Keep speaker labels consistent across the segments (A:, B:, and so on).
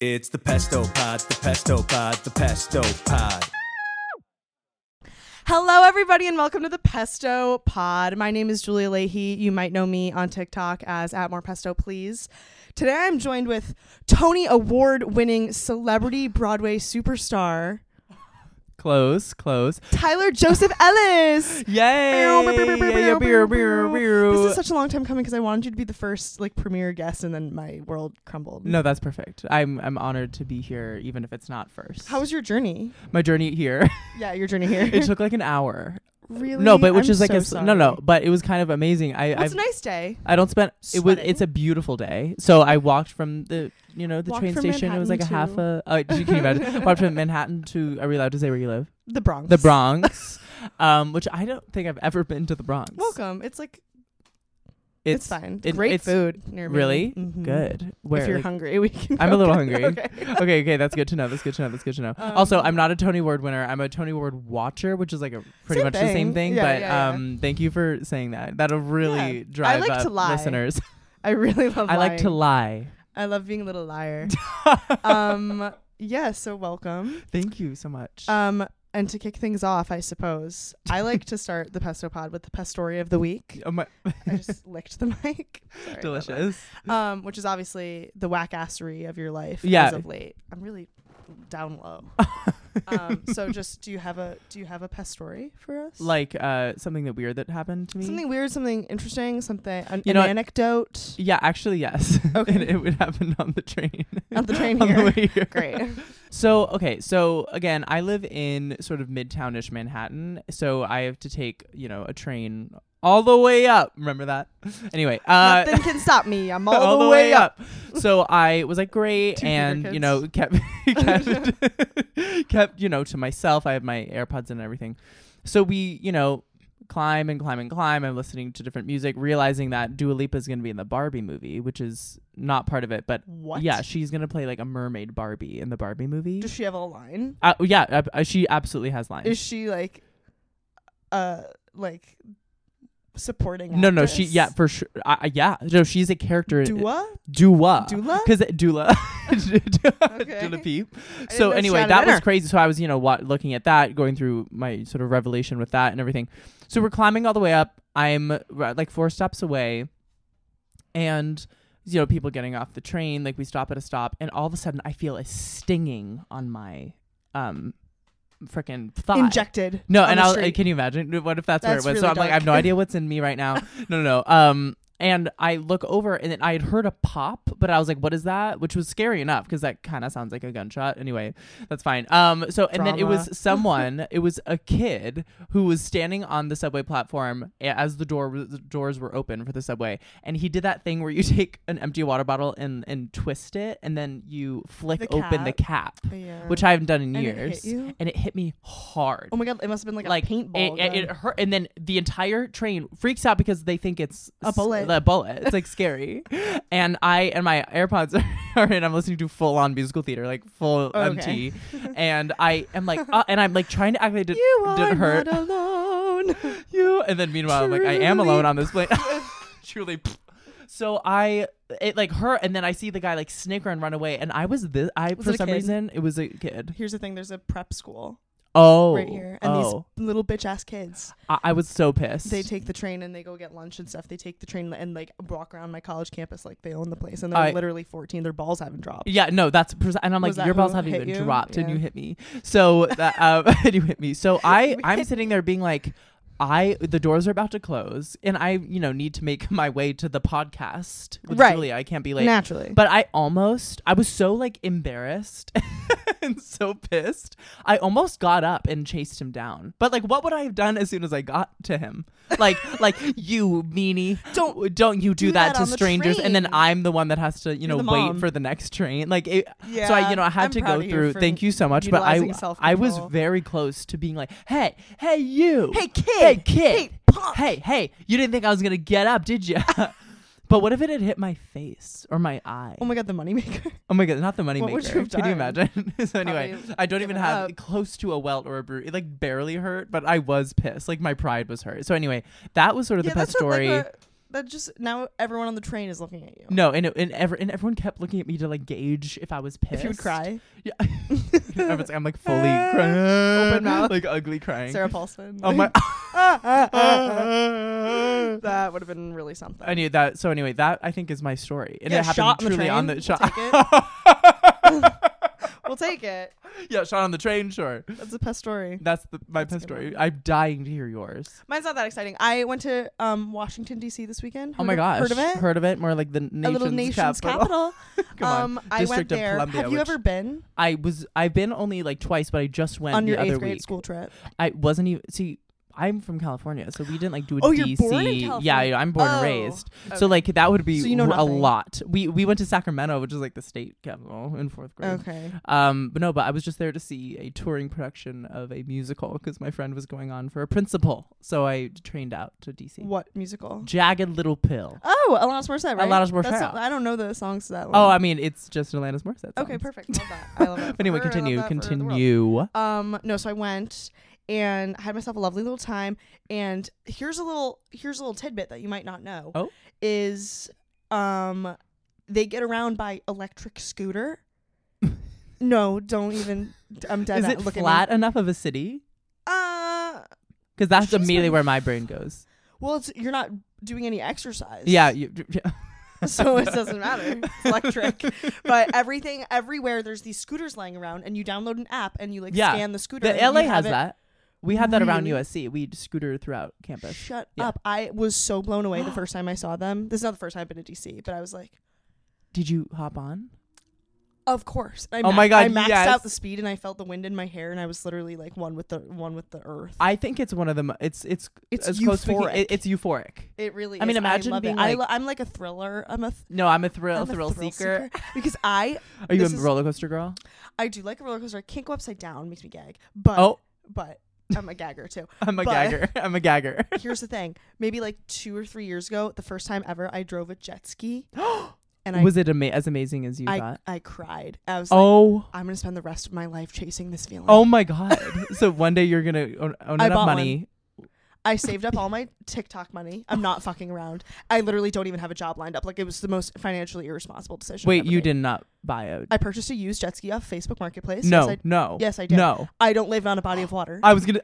A: It's the Pesto Pod, the Pesto Pod, the Pesto Pod.
B: Hello, everybody, and welcome to the Pesto Pod. My name is Julia Leahy. You might know me on TikTok as at More Pesto Please. Today, I'm joined with Tony Award-winning celebrity Broadway superstar
C: Close, close.
B: Tyler Joseph Ellis.
C: Yay! Yeah, beer, beer, beer.
B: This is such a long time coming because I wanted you to be the first like premier guest, and then my world crumbled.
C: No, that's perfect. I'm I'm honored to be here, even if it's not first.
B: How was your journey?
C: my journey here?
B: Yeah, your journey here.
C: it took like an hour.
B: really
C: No, but which
B: I'm
C: is like
B: so
C: a s- no, no.
B: sorry.
C: But it was kind of amazing. I
B: Well, it's
C: I've,
B: a nice day.
C: I don't spend. It was.
B: Sweating.
C: It's a beautiful day. So I walked from the you know the
B: Walked
C: train
B: from
C: station. it was like a half
B: Manhattan
C: a. Oh, you can you imagine. walked from Manhattan to. Are we allowed to say where you live?
B: The Bronx.
C: The Bronx. um, which I don't think I've ever been to the Bronx.
B: Welcome. It's like It's,
C: It's,
B: fine.
C: it-
B: Great
C: it's
B: food. Near me.
C: really
B: Mhm.
C: good. Where
B: if you're
C: like,
B: hungry, we can.
C: I'm a
B: go
C: little
B: get-
C: hungry.
B: Okay.
C: okay, okay, that's good to know. That's good to know. That's good to know.
B: Um,
C: also, I'm not a Tony Award winner. I'm a Tony Award watcher, which is like a pretty
B: Same
C: much the
B: thing.
C: same thing.
B: Yeah,
C: but
B: yeah, yeah.
C: um, thank you for saying that. That'll really
B: Yeah. I
C: drive
B: like
C: up
B: to lie.
C: listeners.
B: I really love.
C: I like to
B: lying.
C: lie.
B: I love being a little liar. um. Yeah. So welcome.
C: Thank you so much.
B: Um. And to kick things off, I suppose I like to start the pesto pod with the pestory of the week.
C: Oh my-
B: I just licked the mic. Sorry about that.
C: delicious.
B: Um, which is obviously the whack assery of your life
C: Yeah.
B: as of late. I'm really down low. um, so just do you have a do you have a pestory for us?
C: Like uh, something that weird that happened to me.
B: Something weird, something interesting, something an,
C: You
B: an
C: know what?
B: anecdote
C: Yeah, actually, yes.
B: Okay.
C: and it would happen on the train.
B: on the train
C: on the
B: here.
C: way here.
B: Great.
C: So, okay, so again, I live in sort of midtownish Manhattan, so I have to take, you know, a train all the way up. Remember that? Anyway, uh
B: Nothing can stop me. I'm all, the, way, up.
C: So I was like, great,
B: Two
C: and
B: finger
C: you know, kept kept, kept you know to myself. I have my AirPods and everything. So we, you know, climb and climb and climb. I'm listening to different music, realizing that Dua Lipa is going to be in the Barbie movie, which is not part of it, but
B: What?
C: yeah, she's going to play like a mermaid Barbie in the Barbie movie.
B: Does she have a line?
C: Uh, yeah, ab- uh, she absolutely has lines.
B: Is she like, uh, like supporting?
C: no, no, she
B: actress?
C: yeah for sure. Uh, yeah, no, she's a character.
B: Dua.
C: Dua,
B: Dula?
C: because Dula,
B: Okay.
C: Dula Peep. So
B: know she
C: anyway,
B: had a
C: that was
B: winner.
C: crazy. So I was you know wa- looking at that, going through my sort of revelation with that and everything. So we're climbing all the way up. I'm uh, like four stops away, and you know people getting off the train. Like we stop at a stop, and all of a sudden I feel a stinging on my um, frickin' thigh.
B: Injected.
C: No,
B: on
C: and
B: the
C: I'll,
B: street.
C: can you imagine? What if that's,
B: That's
C: where it was?
B: really
C: so I'm like, I have no
B: dark.
C: idea what's in me right now. no, no, no. Um, and I look over, and then I had heard a pop, but I was like, "What is that?" Which was scary enough because that kind of sounds like a gunshot. Anyway, that's fine. Um, so and then it
B: Drama.
C: was someone. it was a kid who was standing on the subway platform a- as the door the doors were open for the subway, and he did that thing where you take an empty water bottle and and twist it, and then you flick
B: The
C: open the cap,
B: Oh, Yeah.
C: which I haven't done in
B: And it hit
C: years,
B: you?
C: and it hit me hard
B: Oh my god! It must have been like,
C: like
B: a paintball.
C: It, it, it
B: gun.
C: hurt, and then the entire train freaks out because they think it's
B: A
C: s-
B: bullet.
C: A bullet. It's like scary. And I and my AirPods are in. I'm listening to full on musical theater, like full
B: Okay.
C: MT. And I am like, uh, and I'm like trying to act like it did,
B: you are
C: didn't hurt
B: not alone.
C: you. And then meanwhile, I'm like, I am
B: Truly.
C: alone on this plane. Truly. So I it like hurt, and then I see the guy like snicker and run away, and I was this. I
B: Was
C: for
B: it a
C: some
B: kid?
C: reason it was a kid.
B: Here's the thing: there's a prep school
C: Oh,
B: right here, and
C: oh,
B: these little bitch ass kids.
C: I, I was so pissed.
B: They take the train and they go get lunch and stuff. They take the train and like walk around my college campus like they own the place, and they're
C: I-
B: literally 14. Their balls haven't dropped.
C: Yeah, no, that's pres- and I'm
B: Was
C: like,
B: that
C: your balls
B: who
C: haven't
B: hit
C: even
B: you?
C: dropped, and
B: Yeah.
C: you hit me. So that um, and you hit me. So I I'm sitting there being like, I the doors are about to close, and I you know need to make my way to the podcast. With
B: Right.
C: Julia. I can't be late.
B: Naturally,
C: But I almost I was so like embarrassed and so pissed. I almost got up and chased him down. But like, what would I have done as soon as I got to him? Like, like you meanie,
B: Don't
C: don't you do,
B: do
C: that,
B: that on
C: to
B: the
C: strangers? And then
B: train.
C: I'm the one that has to you
B: You're
C: know
B: the
C: wait
B: mom.
C: for the next train. Like, it,
B: yeah.
C: so I, you know, I had
B: I'm
C: to
B: proud
C: go
B: of you
C: through.
B: for
C: Thank you so much, but I,
B: utilizing
C: I was
B: self-control.
C: very close to being like, hey, hey, you,
B: Hey, kid!
C: hey, kid,
B: Hey, punk!
C: hey, hey, you didn't think I was gonna get up, did you? but what if it had hit my face or my eye?
B: Oh my god, the moneymaker.
C: Oh my god, not the money
B: What
C: maker.
B: would you have
C: Can you
B: done?
C: imagine? so anyway,
B: Probably
C: I don't even
B: given
C: have
B: up.
C: close to a welt or a bruise. It like barely hurt, but I was pissed. Like my pride was hurt. So anyway, that was sort of the pet story.
B: Like a, that just now everyone on the train is looking at you.
C: No, and it- and, ever, and everyone kept looking at me to like gauge if I was pissed.
B: If you would cry,
C: Yeah. I was- I'm like fully crying.
B: Open mouth.
C: Like ugly crying.
B: Sarah Paulson.
C: Oh my
B: that would have been really something.
C: I knew that. So anyway, that I think is my story, and
B: Yeah,
C: it happened
B: shot on the
C: truly on
B: train.
C: the shot.
B: We'll take it.
C: yeah, shot on the train. Sure,
B: That's a pest story.
C: that's the, my
B: That's a
C: pet
B: good
C: story.
B: one.
C: I'm dying to hear yours.
B: Mine's not that exciting. I went to um, Washington D.C. this weekend.
C: oh
B: Heard
C: my
B: of-
C: gosh,
B: heard of it?
C: Heard of it? More like the
B: a
C: nation's,
B: little nation's capital.
C: capital. Come on.
B: um, I went
C: District of
B: there.
C: Columbia,
B: Have you
C: which-
B: ever been
C: I was. I've been only like twice, but I just went
B: on
C: the
B: your
C: other
B: eighth grade
C: week.
B: school trip?
C: I wasn't even see. I'm from California, so we didn't like do a
B: Oh, you're
C: DC.
B: born in
C: yeah,
B: California.
C: yeah, I'm born
B: Oh,
C: and raised.
B: okay.
C: So like that would be
B: So you know
C: r- a
B: nothing.
C: lot. We we went to Sacramento, which is like the state capital, in fourth grade.
B: Okay.
C: Um, but no, but I was just there to see a touring production of a musical because my friend was going on for a principal, so I trained out to DC.
B: What musical?
C: Jagged Little Pill.
B: Oh, Alanis Morissette. Right? That's
C: Alanis Morissette.
B: not- I don't know the songs to that one.
C: Oh, I mean, it's just Alanis Morissette.
B: okay,
C: songs.
B: perfect. Love that. I love that. for
C: Anyway,
B: her and I love that for
C: continue,
B: the world.
C: continue.
B: Um, no, so I went and had myself a lovely little time. And here's a little here's a little tidbit that you might not know.
C: Oh.
B: Is um they get around by electric scooter. no, don't even I'm dead.
C: Is
B: at-
C: it
B: look at me.
C: flat enough of a city?
B: Uh
C: Because that's
B: She's
C: immediately
B: been-
C: where my brain goes.
B: well it's you're not doing any exercise.
C: Yeah, you,
B: so it doesn't matter. It's electric. But everything everywhere there's these scooters lying around and you download an app and you like
C: Yeah.
B: scan the scooter. and
C: the
B: you
C: LA
B: have
C: has
B: it-
C: that. We had that around
B: Really?
C: USC. We'd scooter throughout campus.
B: Shut
C: Yeah.
B: up. I was so blown away the first time I saw them. This is not the first time I've been to DC, but I was like,
C: Did you hop on?
B: of course. And I
C: Oh my God,
B: I maxed
C: yes.
B: out the speed and I felt the wind in my hair and I was literally like one with the one with the earth.
C: I think it's one of them. It's it's
B: It's
C: as close. as we can-
B: euphoric.
C: it- it's euphoric.
B: It really
C: I mean,
B: is.
C: imagine
B: love it.
C: being
B: I
C: like-
B: lo- I'm like a thriller. I'm a, th-
C: No, I'm a thrill
B: I'm a
C: thrill, seeker.
B: because I
C: Are you
B: This
C: a
B: is-
C: roller coaster girl?
B: I do like a roller coaster. I can't go upside down, makes me gag. But
C: Oh.
B: but I'm a gagger too.
C: I'm a
B: But-
C: gagger. I'm a gagger.
B: Here's the thing. Maybe like 2 or 3 years ago, the first time ever I drove a jet ski and I
C: was it ama- as amazing as you
B: I,
C: thought?
B: I cried. I was like
C: Oh,
B: I'm gonna spend the rest of my life chasing this feeling.
C: oh my god! so one day you're gonna own, own
B: I
C: enough
B: bought
C: money.
B: I saved up all my TikTok money. I'm not fucking around. I literally don't even have a job lined up. Like it was the most financially irresponsible decision. I
C: Wait,
B: ever
C: you
B: made.
C: did not buy a
B: I purchased a used jet ski off Facebook Marketplace.
C: no,
B: Yes, I,
C: no.
B: yes, I did.
C: No,
B: I don't live on a body of water.
C: I was gonna.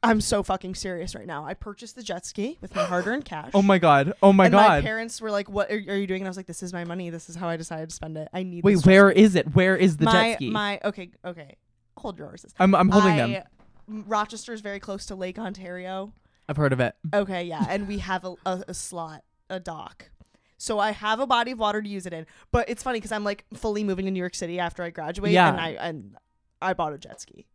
B: I'm so fucking serious right now. I purchased the jet ski with my hard-earned cash.
C: Oh my god! Oh my
B: and my
C: god!
B: parents were like, "What are, are you doing?" And I was like, "This is my money. This is how I decided to spend it. I need."
C: Wait,
B: this jet
C: where
B: ski."
C: is it? Where is the
B: my
C: jet ski?
B: my okay okay hold your horses.
C: I'm I'm holding them.
B: I- Rochester is very close to Lake Ontario.
C: I've heard of it.
B: Okay, yeah, and we have a, a, a slot, a dock. So I have a body of water to use it in. But it's funny because I'm like fully moving to New York City after I graduate,
C: Yeah.
B: and I and I bought a jet ski.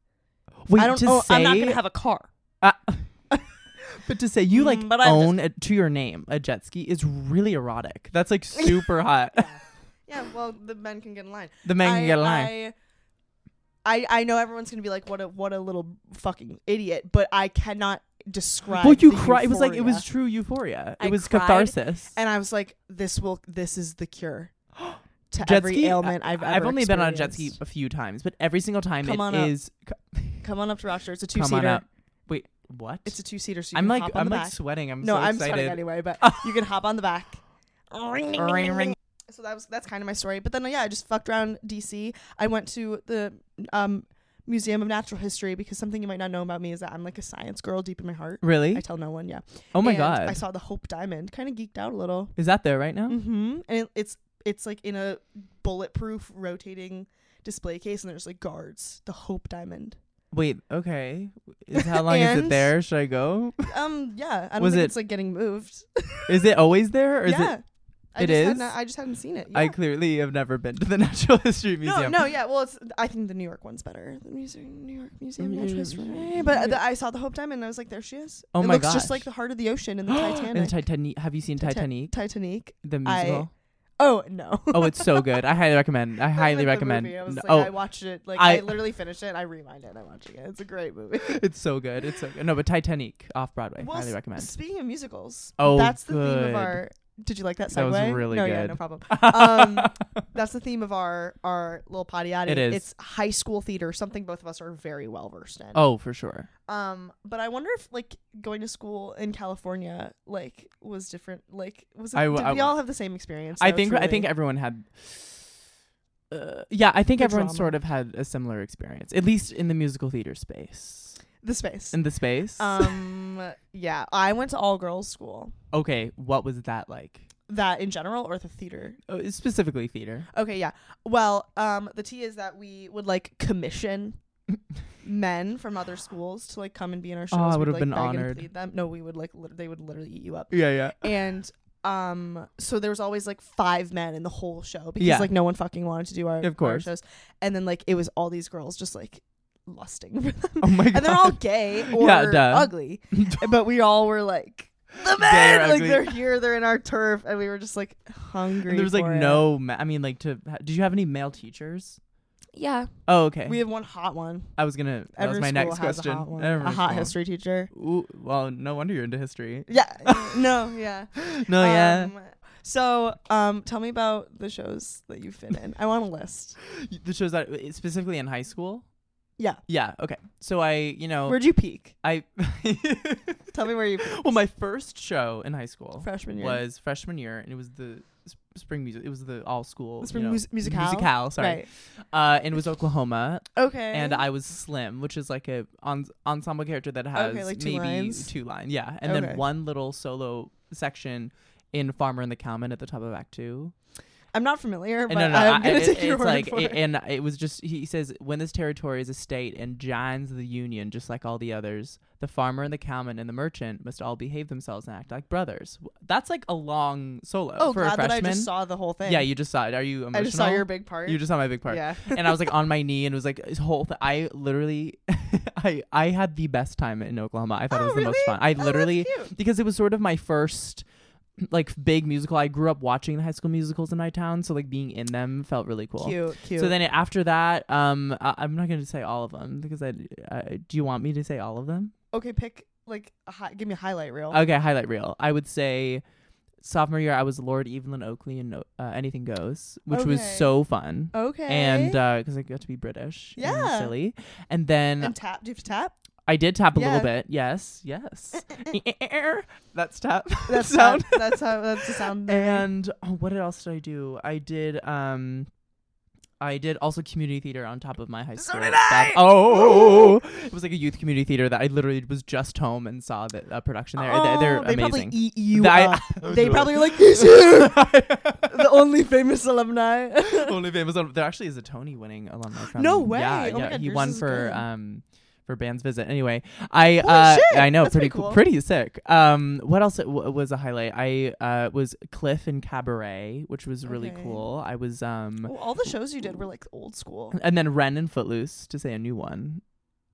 C: Wait,
B: I don't.
C: to
B: Oh,
C: say,
B: I'm not gonna have a car.
C: Ah. but to say you like
B: Mm, but I'm
C: own a, to your name a jet ski is really erotic. That's like super hot.
B: Yeah, well, the men can get in line.
C: the man can
B: I-
C: get a line.
B: I, I I know everyone's gonna be like, what a what a little fucking idiot, but I cannot describe.
C: Well, you
B: the
C: cry. It was like it
B: euphoria.
C: was true euphoria. It
B: I
C: was
B: cried
C: catharsis.
B: and I was like, this will this is the cure to
C: jet
B: every
C: ski,
B: ailment I've ever.
C: I've only been on a jet ski
B: experienced.
C: a few times, but every single time
B: Come on
C: it
B: up.
C: is. co-
B: Come on up to Rochester. It's a two
C: Come on
B: seater.
C: up. Wait, what?
B: It's a two seater. So you
C: I'm
B: can
C: like
B: hop on
C: I'm
B: the
C: like
B: back.
C: sweating. I'm
B: no,
C: so
B: I'm
C: excited.
B: sweating anyway, but you can hop on the back. Ring, ding, ding,
C: Ring,
B: ding,
C: ring.
B: ding. So that was that's kind of my story. But then yeah, I just fucked around DC. I went to the um, Museum of Natural History because something you might not know about me is that I'm like a science girl deep in my heart.
C: Really?
B: I tell no one. Yeah.
C: oh my
B: And
C: god! Oh.
B: I saw the Hope Diamond. Kind of geeked out a little.
C: is that there right now?
B: Mm-hmm. And it, it's it's like in a bulletproof rotating display case, and there's like guards. The Hope Diamond.
C: Wait. Okay. Is how long is it
B: And-
C: there? Should I go?
B: Um. Yeah. I don't
C: Was
B: think
C: it-
B: it's like getting moved.
C: Is it always there? Or is
B: yeah.
C: it?
B: I
C: it
B: just
C: is?
B: Hadn't, I just hadn't seen it. Yeah.
C: I clearly have never been to the Natural History Museum.
B: No, no, yeah. Well, it's I think the New York one's better. The museum, New York Museum of Natural History.
C: Mm.
B: Eh, But the, I saw the Hope Diamond, and I was like, there she is.
C: Oh
B: it
C: my
B: looks
C: gosh.
B: just like the heart of the ocean in the
C: And the
B: Titanic.
C: Titanic. Have you seen
B: Titan-
C: Titanic?
B: Titanic.
C: The
B: I-
C: musical.
B: Oh no.
C: oh, it's so good. I highly recommend. I highly
B: Like the
C: recommend.
B: movie, I was
C: No-
B: like,
C: oh,
B: I watched it. Like I,
C: I-
B: literally finished it. And I rewind it. And I'm watching it. It's a great movie.
C: it's so good. It's so good. No, but Titanic off Broadway.
B: Well,
C: highly
B: s-
C: recommend.
B: Speaking of musicals,
C: Oh,
B: that's the theme
C: good.
B: of our Did you like that segue?
C: That was really
B: no, yeah,
C: good.
B: no problem. Um, that's the theme of our our little potty
C: It is.
B: It's high school theater, something both of us are very well versed in.
C: oh, for sure.
B: Um, but I wonder if like going to school in California like was different. Like was it,
C: I
B: did
C: w- I
B: we
C: w-
B: all have the same experience?
C: I
B: though,
C: think I
B: truly?
C: think e, everyone had. Uh, yeah, I think
B: The
C: everyone
B: drama.
C: sort of had a similar experience, at least in the musical theater space.
B: the space.
C: In the space.
B: um, yeah, I went to all girls school.
C: okay, what was that like?
B: That in general or the theater?
C: Oh, specifically theater.
B: Okay, yeah. Well, um, the tea is that we would like commission men from other schools to like come and be in our shows.
C: Oh, I
B: We'd,
C: would've
B: like,
C: been
B: beg and
C: honored.
B: plead Them. No, we would like lit- they would literally eat you up.
C: Yeah, yeah.
B: and um so there was always like five men in the whole show because
C: Yeah.
B: like no one fucking wanted to do our,
C: Of
B: our
C: course.
B: shows and then like it was all these girls just like lusting for them
C: Oh my god.
B: and they're all gay or
C: Yeah, duh.
B: ugly but we all were like the
C: Gay or
B: men like
C: ugly.
B: they're here they're in our turf and we were just like hungry
C: And there was like
B: for it.
C: no. Ma- I mean, like, to ha- did you have any male teachers?
B: yeah
C: Oh, okay.
B: we have one hot one
C: I was gonna. That
B: every
C: was my
B: school
C: next
B: has
C: question.
B: a hot, one.
C: Every
B: A hot
C: school.
B: history teacher
C: Ooh, well, no wonder you're into history.
B: yeah no yeah
C: No, Oh, yeah.
B: Um, so, um, tell me about the shows that you've been in. I want a list.
C: The shows that specifically in high school.
B: Yeah.
C: Yeah. Okay. So I, you know,
B: Where'd you peak?
C: I.
B: Tell me where you peaked.
C: well, my first show in high school
B: freshman year.
C: was freshman year, and it was the s- spring music. It was the all school
B: The spring
C: you know,
B: mus- musicale?
C: Musicale. Sorry.
B: Right.
C: Uh, and it was Oklahoma,
B: Okay.
C: and I was Slim, which is like a on- ensemble character that has
B: like two
C: maybe
B: lines?
C: two lines. Yeah, and
B: Okay.
C: then one little solo section in Farmer and the Cowman at the top of Act Two.
B: I'm not familiar, but
C: And no, no,
B: I'm
C: I-
B: gonna
C: it-
B: take your
C: it's
B: word
C: like,
B: for it.
C: it- and it was just he says when this territory is a state and joins the union, just like all the others, the farmer and the cowman and the merchant must all behave themselves and act like brothers. That's like a long solo
B: oh,
C: for
B: glad
C: a freshman.
B: that I just saw the whole thing.
C: yeah, you just saw it. Are you emotional?
B: I just saw your big part.
C: You just saw my big part
B: Yeah.
C: and I was like on my knee and it was like this whole thing. I literally, I I had the best time in Oklahoma. I thought
B: Oh,
C: it was the
B: really?
C: most fun. I
B: Oh, that's
C: literally
B: cute.
C: because it was sort of my first like big musical. I grew up watching the high school musicals in my town, so like being in them felt really cool.
B: Cute, cute.
C: So then it- after that, um, I, I'm not going to say all of them because I, I. Do you want me to say all of them?
B: okay, pick like a hi- give me a highlight reel.
C: Okay, highlight reel. I would say sophomore year, I was Lord Evelyn Oakley and uh, Anything Goes, which was
B: Okay.
C: so fun.
B: okay.
C: And uh, because I got to be British,
B: Yeah.
C: and silly, and then
B: and tap. Do you have to tap?
C: I did tap a
B: Yeah. Eh,
C: little bit. Yes, yes. E, er. That's tap.
B: That's
C: sound.
B: How, that's how. That's the sound. that-
C: And oh, what else did I do? I did um I did also community theater on top of my high
B: So
C: school.
B: did
C: stuff.
B: I!
C: Oh, it was like a youth community theater that I literally was just home and saw the uh, production there. They're-
B: Oh,
C: they're
B: they
C: amazing.
B: probably eat you
C: That-
B: up. they probably are like "He's here!" the only famous alumni.
C: only famous. on- There actually is a Tony winning alumni from.
B: No way.
C: Yeah,
B: Oh my
C: yeah.
B: God,
C: he
B: yours
C: won
B: is
C: for
B: good.
C: um for band's visit. Anyway,
B: Holy
C: I uh
B: shit,
C: I know
B: that's
C: pretty
B: pretty cool.
C: pretty sick. Um, what else w- was a highlight? I uh was Cliff and Cabaret, which was really
B: Okay.
C: cool. I was um
B: Well, all the shows you did were like old school.
C: and then Ren and Footloose to say a new one.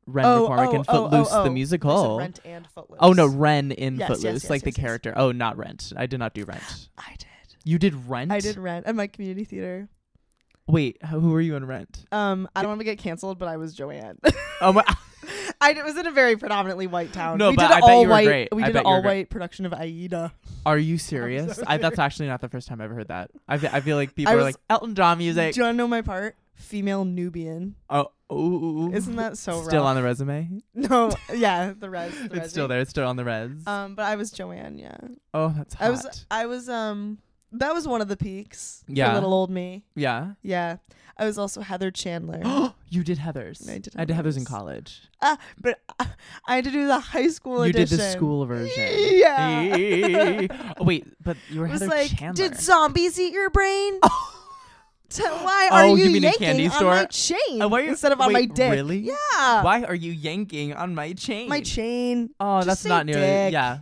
C: Ren
B: Oh,
C: McCormick
B: oh,
C: and
B: oh, oh,
C: Footloose
B: oh. I
C: the
B: said
C: musical.
B: Rent and Footloose.
C: Oh no, Ren in
B: Yes, yes,
C: Footloose,
B: yes,
C: like the
B: yes, yes.
C: character. Oh, not Rent. I did not do Rent.
B: I did.
C: You did Rent.
B: I did Rent at my community theater.
C: Wait, h- who were you in Rent?
B: Um, I don't want to get canceled, but I was Joanne.
C: Oh my.
B: I d- was in a very predominantly white town.
C: No,
B: we
C: but
B: did
C: I
B: an
C: bet you
B: all
C: were
B: white.
C: great.
B: We
C: I
B: did
C: bet
B: an
C: you were
B: all
C: great.
B: white production of Aida.
C: Are you serious? I, that's actually not the first time I've ever heard that. I, fe- I feel like people
B: I
C: are
B: was-
C: like Elton John
B: Do you
C: music.
B: want to know my part? Female Nubian.
C: Oh, ooh, ooh, ooh.
B: Isn't that so
C: still
B: rough?
C: on the resume?
B: No, yeah, the res. The
C: it's still
B: resi.
C: there. It's still on the res.
B: Um, but I was Joanne. Yeah,
C: oh, that's hot.
B: I was. I was. Um, that was one of the peaks. for
C: Yeah.
B: little old me.
C: yeah.
B: Yeah, I was also Heather Chandler.
C: you did Heather's.
B: I did
C: I did Heather's in
B: Heathers.
C: college.
B: Ah, but I- I had to do the high school
C: you
B: edition.
C: did the school version.
B: Yeah.
C: oh, wait, but you were
B: It was
C: Heather
B: like,
C: Chandler.
B: did zombies eat your brain? T- why
C: Oh,
B: are you,
C: you mean in
B: yanking
C: candy
B: on
C: store?
B: my chain
C: Uh, why are you-
B: instead of on my
C: wait,
B: dick?
C: really?
B: Yeah.
C: Why are you yanking on my chain?
B: My chain.
C: Oh,
B: Just
C: that's
B: say
C: not nearly.
B: dick.
C: Yeah.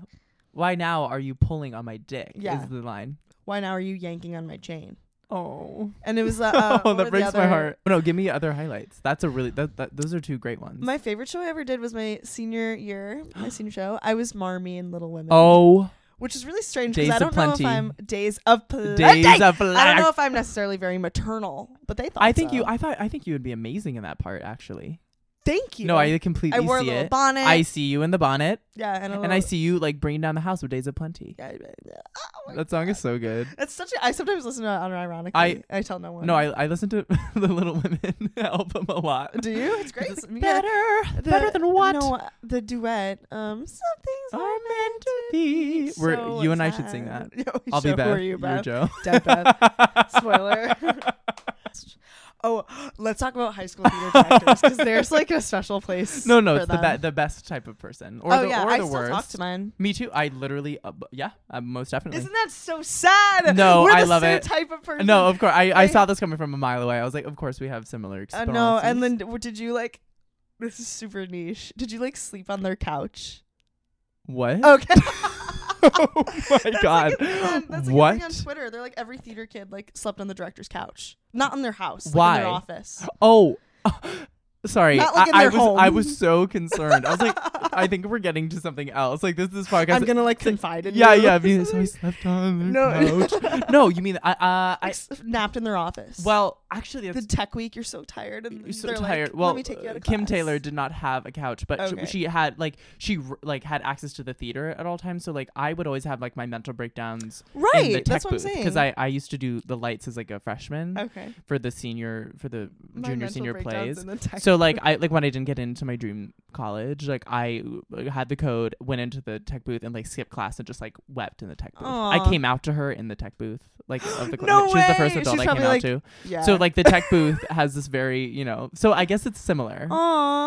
C: Why now are you pulling on my dick?
B: Yeah.
C: Is the line.
B: Why now are you yanking on my chain?
C: Oh.
B: And it was uh, uh,
C: oh,
B: what were
C: that
B: the
C: breaks my
B: other-
C: heart. No, give me other highlights. That's a really that, that those are two great ones.
B: My favorite show I ever did was my senior year, my senior show. I was Marmee in Little Women.
C: oh,
B: which is really strange because
C: Days
B: I
C: of
B: don't know if
C: Plenty.
B: I'm days of plenty.
C: days of
B: I don't know
C: black.
B: if I'm necessarily very maternal, but they thought
C: I think
B: so.
C: you. I thought. I think you would be amazing in that part. Actually,
B: Thank you.
C: No, I completely
B: I wore a
C: see
B: little
C: it.
B: bonnet.
C: I see you in the bonnet,
B: yeah, and, a
C: and I
B: little-
C: see you like bringing down the house with Days of Plenty.
B: Yeah, yeah, yeah. Oh my
C: That song is so good.
B: It's such a. I sometimes listen to it unironically. I,
C: I-
B: I tell no one.
C: No, I I listen to the Little Women album a lot.
B: Do you? It's great. It's
C: Better, better than what?
B: No, uh, the duet. Um, some things
C: Are
B: are meant to
C: be.
B: be.
C: We're-
B: so
C: you and I should sing
B: sad.
C: that.
B: Yeah, we
C: I'll
B: should.
C: be Beth.
B: Who are you, Beth?
C: Joe.
B: Dead Beth. Spoiler. oh, let's talk about high school theater tactics because there's like a special place.
C: No, no,
B: for
C: it's the
B: them.
C: be- the best type of person, or
B: Oh
C: the
B: yeah,
C: or
B: I
C: the
B: still
C: worst.
B: talk to mine.
C: Me too. I literally, uh, b- yeah, uh, most definitely.
B: Isn't that so sad?
C: No,
B: We're
C: I
B: the
C: love
B: same
C: it.
B: Type of person.
C: no, of course. I, I
B: I-
C: saw this coming from a mile away. I was like, of course we have similar
B: Uh,
C: experiences.
B: no, and then d- w- did you like? This is super niche. Did you like sleep on their couch?
C: what?
B: Okay.
C: Oh my
B: That's
C: God.
B: Like a thing on, that's like a thing on
C: What?
B: Twitter, they're like every theater kid like slept on the director's couch, not in their house, like, in
C: Why?
B: their office.
C: Oh, sorry.
B: Not like in
C: I, I
B: their
C: was I
B: home.
C: was so concerned. I was like, I think we're getting to something else. Like this this podcast.
B: I'm gonna like confide in
C: yeah,
B: you.
C: yeah. I mean, so I slept on their
B: No.
C: couch. no, you mean I? Uh,
B: Like,
C: I
B: s- napped in their office.
C: well, actually,
B: the
C: that's
B: tech week, you're so tired, and
C: You're
B: Mm-hmm.
C: so
B: they're
C: tired.
B: like,
C: well, uh,
B: "Let me take you out of
C: Kim
B: class."
C: Taylor did not have a couch, but
B: Okay.
C: she, she had like she r- like had access to the theater at all times. So like I would always have like my mental breakdowns in the
B: Right,
C: tech
B: that's what I'm
C: booth
B: saying.
C: because I I used to do the lights as like a freshman
B: okay
C: for the senior for the
B: My
C: junior
B: mental
C: senior
B: breakdowns
C: plays.
B: in the tech
C: So like I like when I didn't get into my dream college, like I uh, had the code, went into the tech booth and like skipped class and just like wept in the tech booth. I
B: Aw.
C: came out to her in the tech booth, like of the cl-
B: No
C: like, she was the first
B: way!
C: adult
B: She's
C: I
B: probably
C: came out
B: like,
C: to.
B: yeah.
C: So like the tech booth has this very, you know. So I guess it's similar.
B: Oh,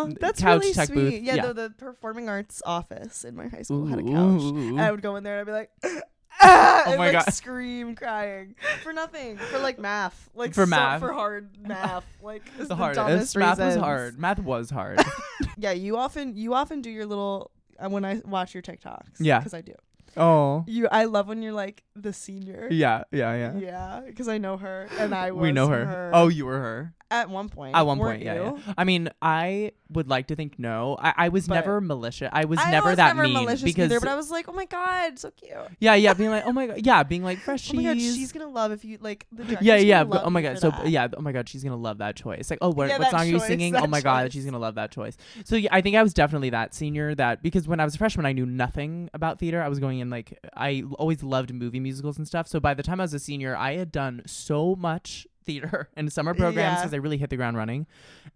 B: Aw, that's
C: couch
B: really
C: tech
B: sweet.
C: booth,
B: Yeah,
C: yeah.
B: The, the performing arts office in my high school had a couch.
C: Ooh.
B: And I would go in there and I'd be like, ah,
C: Oh
B: and
C: my
B: like
C: God.
B: scream crying for nothing for like math, like
C: For
B: so-
C: math.
B: for hard math, like it's
C: the
B: the,
C: hardest.
B: dumbest
C: Math was
B: reasons.
C: hard. Math was hard.
B: Yeah, you often you often do your little uh, when I watch your TikToks.
C: Yeah.
B: because I do.
C: oh.
B: You, I love when you're like the senior.
C: Yeah, yeah, yeah.
B: Yeah, because I know her and I was
C: we know her. Oh, you were her.
B: at one point.
C: At one
B: weren't
C: point, yeah,
B: you?
C: yeah. I mean, I would like to think no. I, I was
B: But-
C: never malicious. I was
B: I
C: never
B: was
C: that
B: never
C: mean
B: malicious
C: because
B: either, but I was like, oh my god, so cute.
C: yeah, yeah, being like, oh my god, yeah, being like fresh
B: Oh my god, she's gonna love if you like the director's
C: yeah, yeah.
B: gonna
C: but-
B: love
C: oh my
B: you
C: god.
B: for
C: So
B: that.
C: yeah. Oh my god. She's gonna love that choice. Like, oh, what,
B: Yeah,
C: what
B: that
C: song are you
B: choice,
C: singing?
B: that
C: Oh my god.
B: choice.
C: She's gonna love that choice. So yeah, I think I was definitely that senior. That because when I was a freshman, I knew nothing about theater. I was going in like I l- always loved movie musicals and stuff. So by the time I was a senior, I had done so much theater and summer programs
B: Yeah.
C: because I really hit the ground running.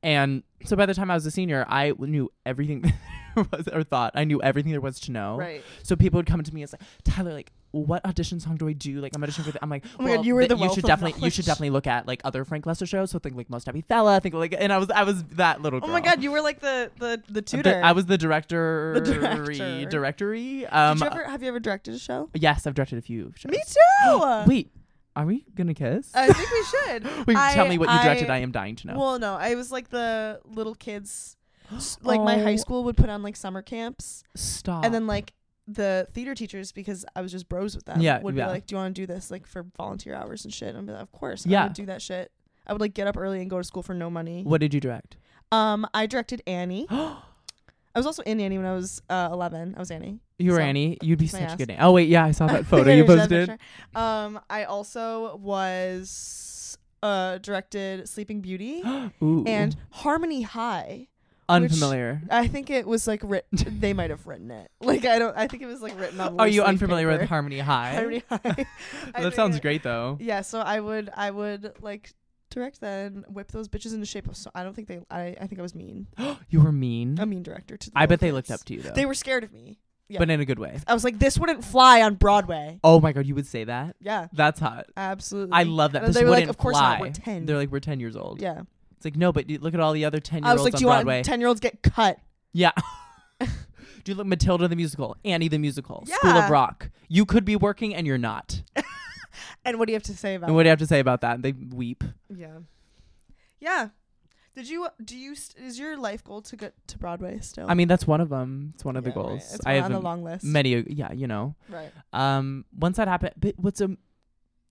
C: And so by the time I was a senior, I w- knew everything there was or thought I knew everything there was to know.
B: right.
C: So people would come to me and say, Tyler, like, what audition song do I do? Like, I'm auditioning for. The, I'm like,
B: Oh my God,
C: well,
B: you were
C: th-
B: the
C: you
B: wealth
C: should
B: of
C: definitely, you
B: knowledge.
C: should definitely look at like other Frank Lester shows. So think like Most Happy Fella. Think like, and I was, I was that little.
B: Oh
C: Girl.
B: my god, you were like the the the
C: The-
B: tutor.
C: I was the director.
B: The director.
C: Directory. Um,
B: Did you ever have you ever directed a show? Uh,
C: yes, I've directed a few. Shows.
B: Me too.
C: Wait, are we gonna kiss?
B: I think we should.
C: Wait, tell
B: I-
C: me what you directed. I,
B: I-
C: am dying to know.
B: Well, no, I was like the little kids. s- Like my high
C: Oh.
B: school would put on like summer camps,
C: Stop.
B: and then like the theater teachers because I was just bros with them.
C: Yeah,
B: would
C: yeah.
B: be like, "Do you want to do this like for volunteer hours and shit?" And I'd be like, "Of course, I
C: Yeah.
B: would do that shit." I would like get up early and go to school for no money.
C: what did you direct?
B: Um, I directed Annie. I was also in Annie when I was uh, 11. I was Annie.
C: You were
B: So,
C: Annie. You'd be
B: kiss my
C: such
B: ass.
C: a good name. Oh wait, yeah, I saw that photo
B: Yeah,
C: you
B: there's that
C: posted.
B: picture. Um, I also was uh directed Sleeping Beauty
C: Ooh,
B: and Harmony High.
C: unfamiliar.
B: I think it was like writ. they might have written it. Like I don't. I think it was like written on.
C: Are
B: loose
C: you
B: leaf
C: unfamiliar with
B: paper.
C: Harmony High?
B: Harmony High? I
C: that
B: think
C: sounds
B: it-
C: great though.
B: Yeah, so I would I would like direct that and whip those bitches into shape. So I don't think they. I I think I was mean.
C: You were mean.
B: A mean director to. The
C: Mm-hmm. I bet
B: little
C: they looked
B: kids.
C: up to you though.
B: They were scared of me. yeah.
C: But in a good way.
B: I was like, this wouldn't fly on Broadway.
C: Oh my god, you would say that?
B: Yeah,
C: That's hot.
B: absolutely.
C: I love that.
B: And
C: This
B: they were like,
C: wouldn't
B: "Of course
C: fly.
B: not, we're 10.
C: They're like, we're 10 years old.
B: yeah.
C: It's like, no, but you- look at all the other 10 year
B: I
C: olds
B: was like,
C: on
B: do you
C: Broadway.
B: want ten year olds get cut?
C: yeah. Do you look Matilda the musical, Annie the musical, School
B: Yeah.
C: of Rock? You could be working and you're not.
B: And what do you have to say about
C: And what do you have to say about that? They weep.
B: it? Yeah. Yeah. Did you do you st- is your life goal to get to Broadway still?
C: I mean, that's one of them. It's one of
B: Yeah,
C: the
B: right.
C: goals.
B: It's
C: I
B: one
C: have
B: on the
C: m-
B: long list.
C: many. uh, Yeah, you know.
B: right.
C: um once that happened but what's a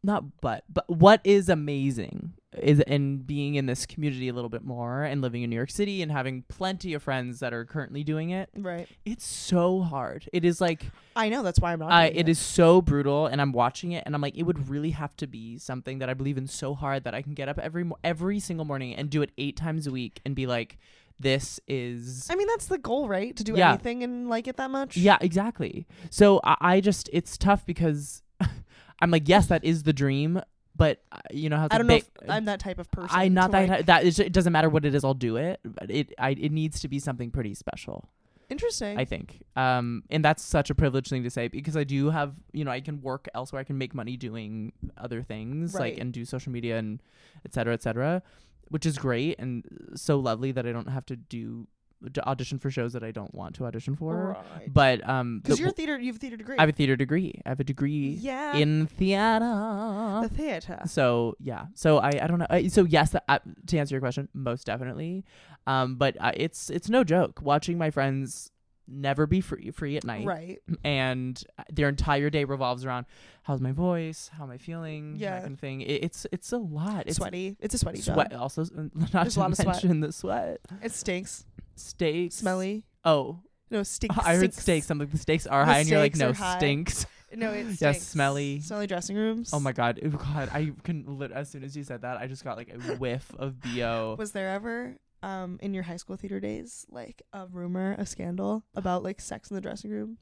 C: not but but what is amazing is in being in this community a little bit more and living in New York City and having plenty of friends that are currently doing it
B: Right.
C: it's so hard it is like
B: I know that's why I'm not.
C: I
B: doing
C: it is so brutal and I'm watching it and I'm like it would really have to be something that I believe in so hard that I can get up every mo- every single morning and do it 8 times a week and be like this is
B: I mean, that's the goal, right? To do
C: Yeah.
B: anything and like it that much.
C: yeah exactly so i, I just it's tough because i'm like yes that is the dream but uh, you know how it's
B: I
C: like
B: don't know
C: ba-
B: if I'm that type of person.
C: I not
B: to,
C: that
B: like-
C: that is, it doesn't matter what it is. I'll do it. But it I it needs to be something pretty special.
B: Interesting.
C: I think. Um, and that's such a privileged thing to say because I do have you know I can work elsewhere. I can make money doing other things
B: Right.
C: like and do social media and et cetera, et cetera, which is great and so lovely that I don't have to do to audition for shows that I don't want to audition for. But um,
B: Because
C: the-
B: you're a theater, you have a theater degree.
C: I have a theater degree. I have a degree
B: yeah.
C: in
B: the
C: theater.
B: theater.
C: So yeah, so I I don't know. I, so yes, the, uh, to answer your question, most definitely. Um, but uh, it's it's no joke watching my friends never be free free at night,
B: Right.
C: and uh, their entire day revolves around how's my voice, how am I feeling,
B: Yeah.
C: that kind of thing. It, it's it's a lot. It's
B: sweaty. It's a sweaty
C: Sweat
B: job.
C: also not
B: There's
C: to
B: a lot of sweat.
C: mention the sweat.
B: It stinks.
C: Steaks.
B: Smelly.
C: Oh,
B: No, stinks.
C: I heard
B: stinks.
C: steaks. I'm like the steaks are
B: The
C: high, and you're like
B: stakes are
C: no
B: high.
C: stinks.
B: No, it stinks.
C: smelly.
B: Smelly dressing rooms.
C: Oh my god, oh god! I can lit- as soon as you said that, I just got like a whiff of bo.
B: Was there ever um in your high school theater days like a rumor, a scandal about like sex in the dressing room?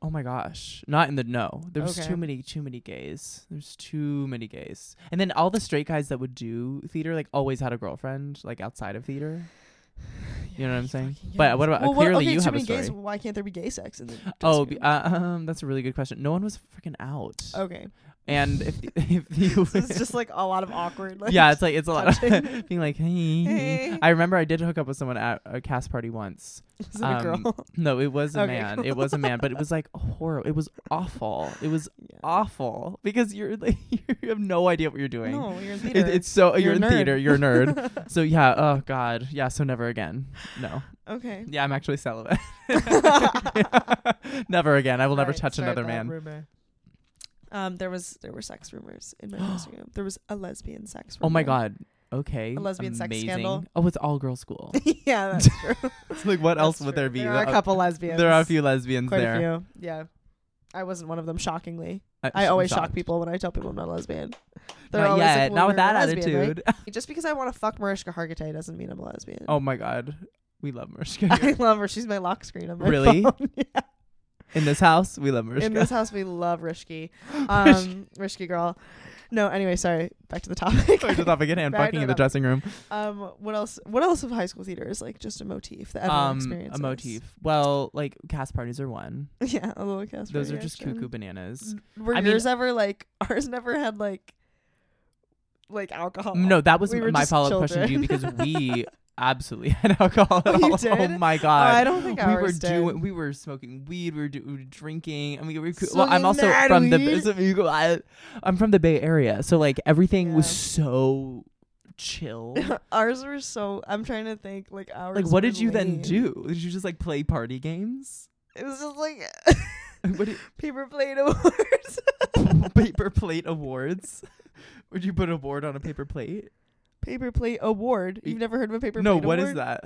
C: Oh my gosh. Not in the no. There was
B: Okay.
C: too many too many gays. There's too many gays. And then all the straight guys that would do theater like always had a girlfriend like outside of theater. You know what I'm saying?
B: fucking
C: But
B: yes.
C: what about-
B: well,
C: clearly
B: okay,
C: you
B: too
C: have a
B: many Gays,
C: story.
B: why can't there be gay sex in the dressing
C: Oh, be-
B: room?
C: uh, um that's a really good question. No one was freaking out.
B: okay.
C: And if the, if you
B: So it's just like a lot of awkward. Like,
C: Yeah, it's like it's a lot
B: touching.
C: of being like, "Hey."
B: Hey.
C: I remember I did hook up with someone at a cast party once.
B: Is it a
C: um,
B: girl?
C: No, it was a
B: Okay,
C: man.
B: cool.
C: It was a man, but it was like horrible. It was awful. It was
B: Yeah.
C: awful because you're like you have no idea what you're doing.
B: No, you're in
C: It-
B: theater.
C: it's so
B: You're
C: you're,
B: a
C: in
B: nerd.
C: theater, you're a nerd. so yeah, oh god, yeah. So never again. No,
B: okay.
C: yeah, I'm actually celibate. never again. I will never
B: Alright,
C: touch
B: sorry
C: another
B: about that
C: man.
B: rumor. Um, there was there were sex rumors in my dressing room. There was a lesbian sex. Rumor.
C: Oh my god. Okay.
B: A lesbian sex
C: amazing.
B: scandal.
C: Oh, it's all girls school.
B: yeah, that's true.
C: It's like what else
B: That's
C: would
B: true.
C: there be?
B: There are a
C: Uh,
B: couple lesbians.
C: there are a few lesbians
B: Quite
C: there.
B: a few. Yeah. I wasn't one of them, shockingly. I always shock people when I tell people I'm not a lesbian. They're
C: Not
B: always like,
C: yet.
B: "Well,
C: Not with
B: you're a
C: that
B: lesbian, right?"
C: attitude.
B: Just because I want to fuck Mariska Hargitay doesn't mean I'm a lesbian.
C: oh my god. We love Mariska.
B: I love her. She's my lock screen on my
C: Really?
B: phone. yeah.
C: In this house, we love Mariska.
B: In this house, we love Rishki. Um, Rishki girl. No, anyway, sorry. Back to the topic.
C: Back to the topic at hand,
B: Back to
C: fucking
B: the
C: in the
B: topic.
C: dressing room.
B: um, what else? What else of high school theater is like just a motif that everyone
C: Um,
B: experiences?
C: a motif. Well, like cast parties are one.
B: Yeah, a little cast.
C: Those are
B: party
C: just
B: action.
C: cuckoo bananas.
B: Were
C: I mean-
B: yours ever like ours? Never had like like alcohol.
C: No, that was
B: Mm. We were
C: my
B: just
C: follow up question to you because
B: children.
C: we uh, absolutely had alcohol. At
B: Oh, you
C: all.
B: did?
C: Oh my
B: Oh, I
C: god.
B: don't think
C: we
B: ours
C: were
B: did.
C: doing. We were smoking weed. We were, do, we were drinking. I mean, we were, well, I'm
B: Smoking
C: also
B: mad
C: from
B: weed.
C: the. so you go- I, am from the Bay Area, so like everything was
B: Yeah.
C: so chill.
B: ours were so. I'm trying to think like ours.
C: like, what
B: were
C: did you
B: lame.
C: then do? Did you just like play party games?
B: It was just like
C: What did,
B: paper plate awards.
C: paper plate awards? Would you put a board on a paper plate?
B: paper plate award. You've never heard of a paper
C: no,
B: plate
C: what is
B: award?
C: that?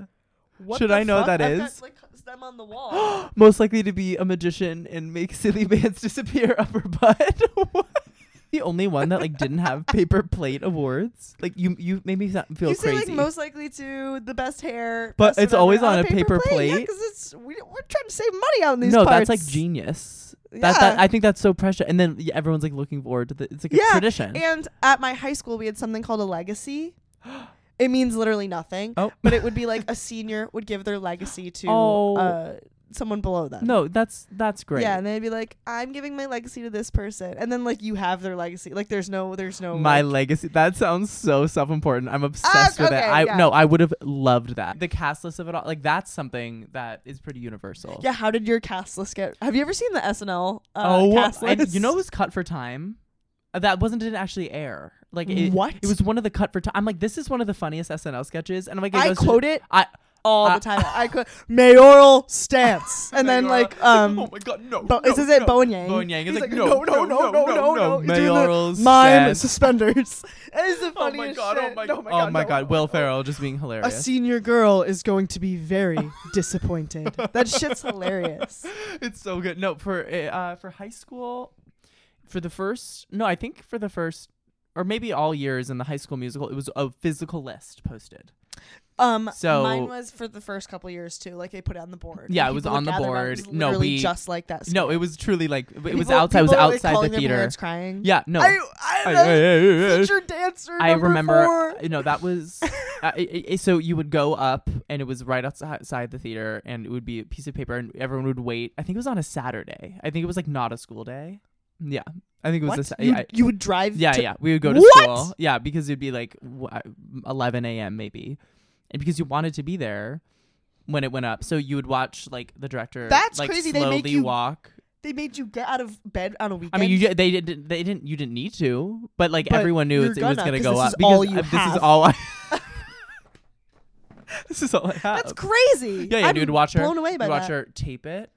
B: What
C: Should
B: the
C: I know
B: fuck?
C: that
B: I've
C: is?
B: Got, like them on the wall.
C: Most likely to be a magician and make silly bands disappear upper butt. What? the only one that like didn't have paper plate awards. Like you, you made me th- feel
B: you say
C: crazy.
B: like most likely to the best hair,
C: But
B: best
C: it's
B: whatever,
C: always on a paper
B: Yeah,
C: plate.
B: because it's we, we're trying to save money on these.
C: no,
B: parts.
C: that's like genius.
B: Yeah.
C: That, that I think that's so precious. And then yeah, everyone's like looking forward to the. It's like
B: Yeah,
C: a tradition.
B: And at my high school, we had something called a legacy. It means literally nothing,
C: oh,
B: but it would be like a senior would give their legacy to
C: Oh.
B: uh, someone below them.
C: no, that's that's great.
B: Yeah, and they'd be like, "I'm giving my legacy to this person," and then like you have their legacy. Like there's no, there's no.
C: my
B: like,
C: legacy that sounds so self-important i'm obsessed with
B: okay,
C: it i
B: yeah.
C: no i would have loved that the cast list of it all like that's something that is pretty universal
B: yeah, how did your cast list get? Have you ever seen the SNL? Uh,
C: oh
B: cast
C: and
B: list?
C: you know it was cut for time Uh, that wasn't didn't actually air like it,
B: What?
C: it was one of the cut for time i'm like this is one of the funniest snl sketches and i'm like it
B: I
C: goes to-
B: quote it
C: i
B: all
C: uh,
B: the time. I quote mayoral stance, and then like um.
C: oh my god no,
B: Bo-
C: no
B: this is it,
C: no.
B: Bowen Yang.
C: Bowen Yang is
B: He's
C: like,
B: no, no, no, no, no, no. He's doing the
C: Mayoral
B: Mime
C: stance.
B: suspenders. That is the
C: oh
B: funniest
C: my god
B: shit.
C: oh my god oh my
B: no,
C: god
B: no,
C: will
B: no.
C: ferrell just being
B: A
C: hilarious
B: senior girl is going to be very disappointed. That shit's hilarious.
C: it's so good. No, for uh, uh, for high school, for the first no, I think for the first or maybe all years in the high school musical, it was a physical list posted.
B: Um,
C: So-
B: mine was for the first couple years too. Like they put it on the board.
C: Yeah,
B: When
C: it was
B: people would
C: on the
B: gather around,
C: board.
B: It was
C: No,
B: literally
C: we-
B: just like that.
C: No, it was truly like it was
B: People-
C: outside. It was
B: people were, like,
C: outside
B: calling
C: the
B: their
C: theater.
B: parents crying.
C: Yeah, no.
B: I,
C: I-
B: I,
C: I- I- I-
B: feature dancer.
C: I
B: number
C: remember.
B: four.
C: You know, that was uh, i i so you would go up, and it was right outside the theater, and it would be a piece of paper, and everyone would wait. I think it was on a Saturday. I think it was like not a school day. Yeah, I think it was.
B: What?
C: A, Sa-
B: you,
C: I-
B: you would drive.
C: yeah,
B: to-
C: yeah. We would go to
B: What?
C: school. Yeah, because it'd be like w- uh, 11 a.m. maybe, and because you wanted to be there when it went up, so you would watch like the director.
B: That's
C: like,
B: crazy. They
C: Slowly
B: make you-
C: walk.
B: They made you get out of bed on a
C: I
B: weekend.
C: mean, you they didn't they didn't you didn't need to, but like
B: But
C: everyone knew
B: you're
C: it, it was
B: gonna,
C: gonna
B: 'cause
C: go
B: this
C: up
B: is
C: because
B: all you
C: uh, this
B: have.
C: is all I. this is all I have.
B: That's crazy.
C: uh, Yeah, yeah.
B: I'm
C: you would watch her.
B: blown away by
C: you'd watch
B: that.
C: her tape it,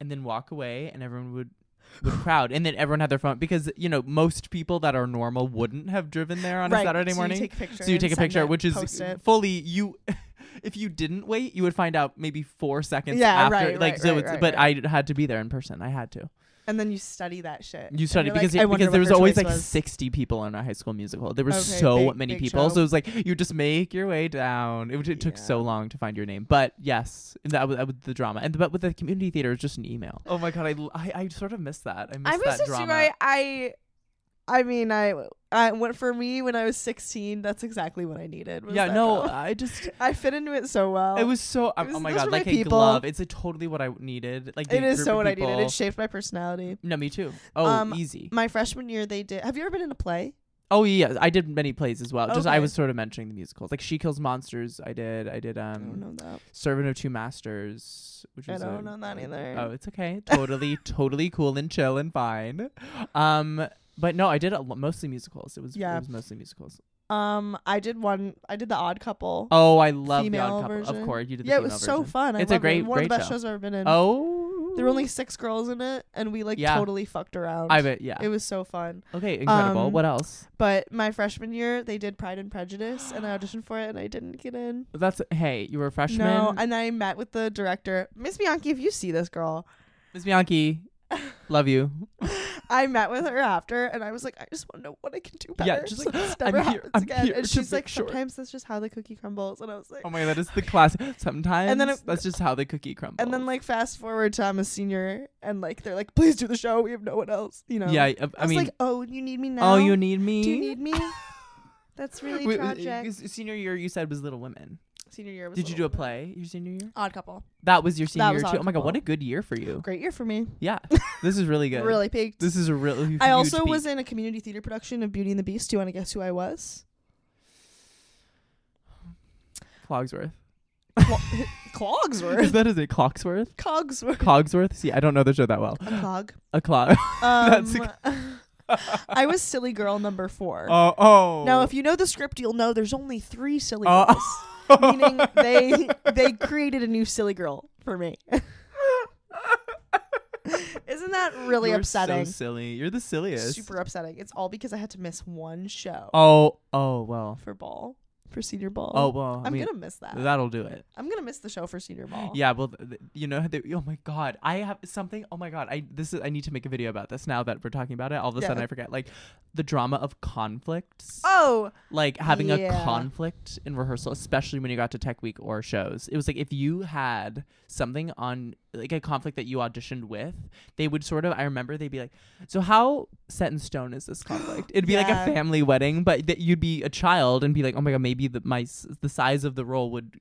C: and then walk away, and everyone would would crowd, and then everyone had their phone because you know most people that are normal wouldn't have driven there on
B: right.
C: a Saturday
B: so
C: morning.
B: You take a picture
C: so you
B: and
C: take a
B: send
C: picture,
B: it,
C: which is
B: post it.
C: fully you. If you didn't wait, you would find out maybe four seconds
B: Yeah,
C: after.
B: right,
C: like
B: right,
C: so,
B: right,
C: it's,
B: right,
C: but I had to be there in person. I had to.
B: and then you study that shit.
C: You studied
B: you're
C: because
B: like, I
C: it,
B: wonder
C: because
B: what
C: there was
B: her
C: always
B: choice
C: like
B: was.
C: sixty people in a high school musical. There were
B: Okay,
C: so
B: big-
C: many
B: big
C: people,
B: show.
C: so it was like you just make your way down. It, would- it took so long to find your name, but yes, and that was, that was the drama. And but with the community theater, it's just an email. Oh my god, I, l- I, I sort of miss that. I miss
B: I was
C: that
B: just
C: drama.
B: I, I, I mean, I, I went for me when I was 16. That's exactly what I needed. was
C: yeah,
B: that
C: no,
B: drama.
C: I just
B: I fit into it so well.
C: it was so. um,
B: was-
C: oh my
B: those
C: god,
B: were my
C: like a
B: people.
C: glove. It's like totally what I needed. Like
B: It
C: the
B: is
C: group
B: so
C: of
B: what I
C: people-
B: needed. It shaped my personality.
C: no, me too. Oh,
B: Um,
C: easy.
B: My freshman year, they did. Have you ever been in a play?
C: Oh yeah, I did many plays as well. Just I
B: Okay.
C: was sort of mentioning the musicals, like She Kills Monsters. I did. I did. Um,
B: I don't know that.
C: Servant of Two Masters, which
B: I
C: is
B: don't
C: a-
B: know that either.
C: Oh, it's okay. Totally, totally cool and chill and fine. Um, but no, I did a, lo- mostly musicals. It was
B: Yeah.
C: it was mostly musicals.
B: Um, I did one. I did the Odd Couple.
C: Oh, I love the
B: Female
C: Odd Couple. Of
B: version?
C: course, you did. The
B: yeah, it
C: female
B: was so
C: version.
B: fun. I
C: It's a
B: loved
C: great-
B: it. one
C: great
B: of the best
C: show.
B: shows I've ever been in.
C: Oh,
B: There were only six girls in it, and we like
C: Yeah.
B: totally fucked around.
C: I bet. Yeah.
B: It was so fun.
C: okay, incredible.
B: um,
C: what else?
B: But my freshman year, they did Pride and Prejudice, and I auditioned for it, and I didn't get in.
C: That's hey, you were a freshman.
B: No, and I met with the director, Miss Bianchi. If you see this girl,
C: Miss Bianchi, love you.
B: I met with her after, and I was like, I just want to know what I can do better.
C: Yeah, just like,
B: this
C: "I'm
B: never
C: here,
B: happens
C: I'm
B: again.
C: here
B: And
C: to
B: she's
C: make
B: like,
C: sure."
B: sometimes that's just how the cookie crumbles. And I was like,
C: Oh my god, that is the class. Sometimes
B: And then it-
C: that's just how the cookie crumbles.
B: and then like fast forward to I'm a senior, and like they're like, please do the show. We have no one else. You know.
C: yeah, I, I
B: I, was
C: mean,
B: like, oh, you need me now.
C: oh, you need me.
B: do you need me? That's really
C: Wait, was-
B: tragic.
C: is- senior year, you said was Little Women.
B: senior year was.
C: Did you do a
B: little-
C: play your senior year?
B: Odd Couple.
C: That was your senior
B: was
C: year too. Oh my god, what a
B: Oddball.
C: good year for you.
B: Great year for me.
C: Yeah, this is really good.
B: Really peaked.
C: this is a really.
B: I also was in a community theater production of Beauty and the Beast. Do you want to guess who I was?
C: Clogsworth.
B: Clogsworth.
C: is that is it? Clogsworth.
B: Cogsworth.
C: Clogsworth. See, I don't know the show that well.
B: A clog.
C: A clog. That's
B: Um, I was silly girl number four.
C: oh, oh.
B: Now, if you know the script, you'll know there's only three silly
C: Oh.
B: girls. meaning they they created a new silly girl for me. Isn't that really
C: You're
B: upsetting?
C: So silly. You're the silliest.
B: Super upsetting. It's all because I had to miss one show
C: Oh, oh well.
B: for ball for senior ball.
C: Oh well. I
B: I'm
C: mean,
B: gonna miss that.
C: that'll do it.
B: I'm gonna miss the show for senior ball.
C: Yeah, well, th- th- you know, they, oh my god, I have something. Oh my god, I this is I need to make a video about this now that we're talking about it. All of a
B: Yeah.
C: sudden, I forget like the drama of conflicts,
B: Oh,
C: like having a
B: yeah.
C: conflict in rehearsal, especially when you got to tech week or shows. It was like if you had something on like a conflict that you auditioned with, they would sort of. I remember they'd be like, "So how set in stone is this conflict?" It'd be
B: Yeah.
C: like a family wedding, but that you'd be a child and be like, "Oh my god, maybe the my s- the size of the role would."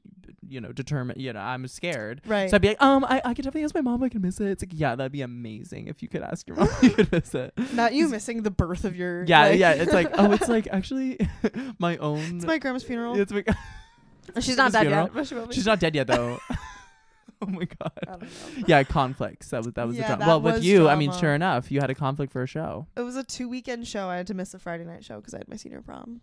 C: You know, determine. You know, I'm scared.
B: right.
C: So I'd be like, um, I, I could definitely ask my mom. I can miss it. It's like, yeah, that'd be amazing if you could ask your mom. you could miss it.
B: Not you missing the birth of your.
C: Yeah,
B: like-
C: yeah. It's like, oh, it's like actually my own.
B: it's my grandma's funeral.
C: It's my-
B: She's
C: not
B: not
C: dead
B: dead
C: funeral.
B: yet. But she will be.
C: She's not dead yet though. oh my
B: I
C: god.
B: don't know.
C: Yeah, conflicts. That was that was
B: Yeah,
C: the drama.
B: that
C: Well, with
B: was
C: you, I mean,
B: drama.
C: sure enough, you had a conflict for a show.
B: It was a two weekend show. I had to miss a Friday night show because I had my senior prom.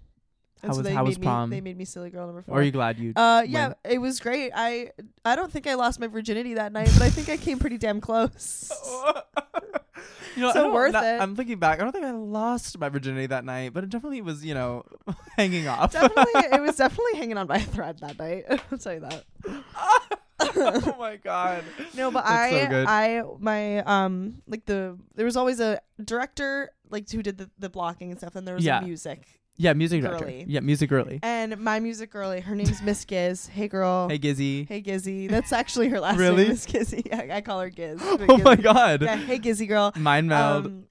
C: How
B: And so
C: was-
B: they
C: how
B: made
C: was prom?
B: Me, they made me silly girl number four.
C: Or Are you glad you?
B: uh, yeah, it was great. I I don't think I lost my virginity that night, but I think I came pretty damn close.
C: Oh, You know, I
B: Oh. so
C: don't-
B: worth
C: not-
B: it.
C: I'm thinking back. I don't think I lost my virginity that night, but it definitely was, you know, hanging off.
B: definitely, it was definitely hanging on by a thread that night. I'll tell you that.
C: oh my god.
B: No, but
C: That's so
B: I,
C: good.
B: I, my, um, like the there was always a director like who did the, the blocking and stuff, and there was
C: Yeah.
B: a music
C: Yeah, music director.
B: Girly.
C: Yeah, music girly.
B: And my music girlie, her name's Miss Giz. Hey girl.
C: Hey
B: Hey,
C: Gizzy.
B: Gizzy. That's actually her last
C: Really?
B: name. Miss Gizzy. Yeah, I call her Giz. but
C: oh my
B: Gizzy.
C: god.
B: Yeah, hey Gizzy girl.
C: Mind meld.
B: Um,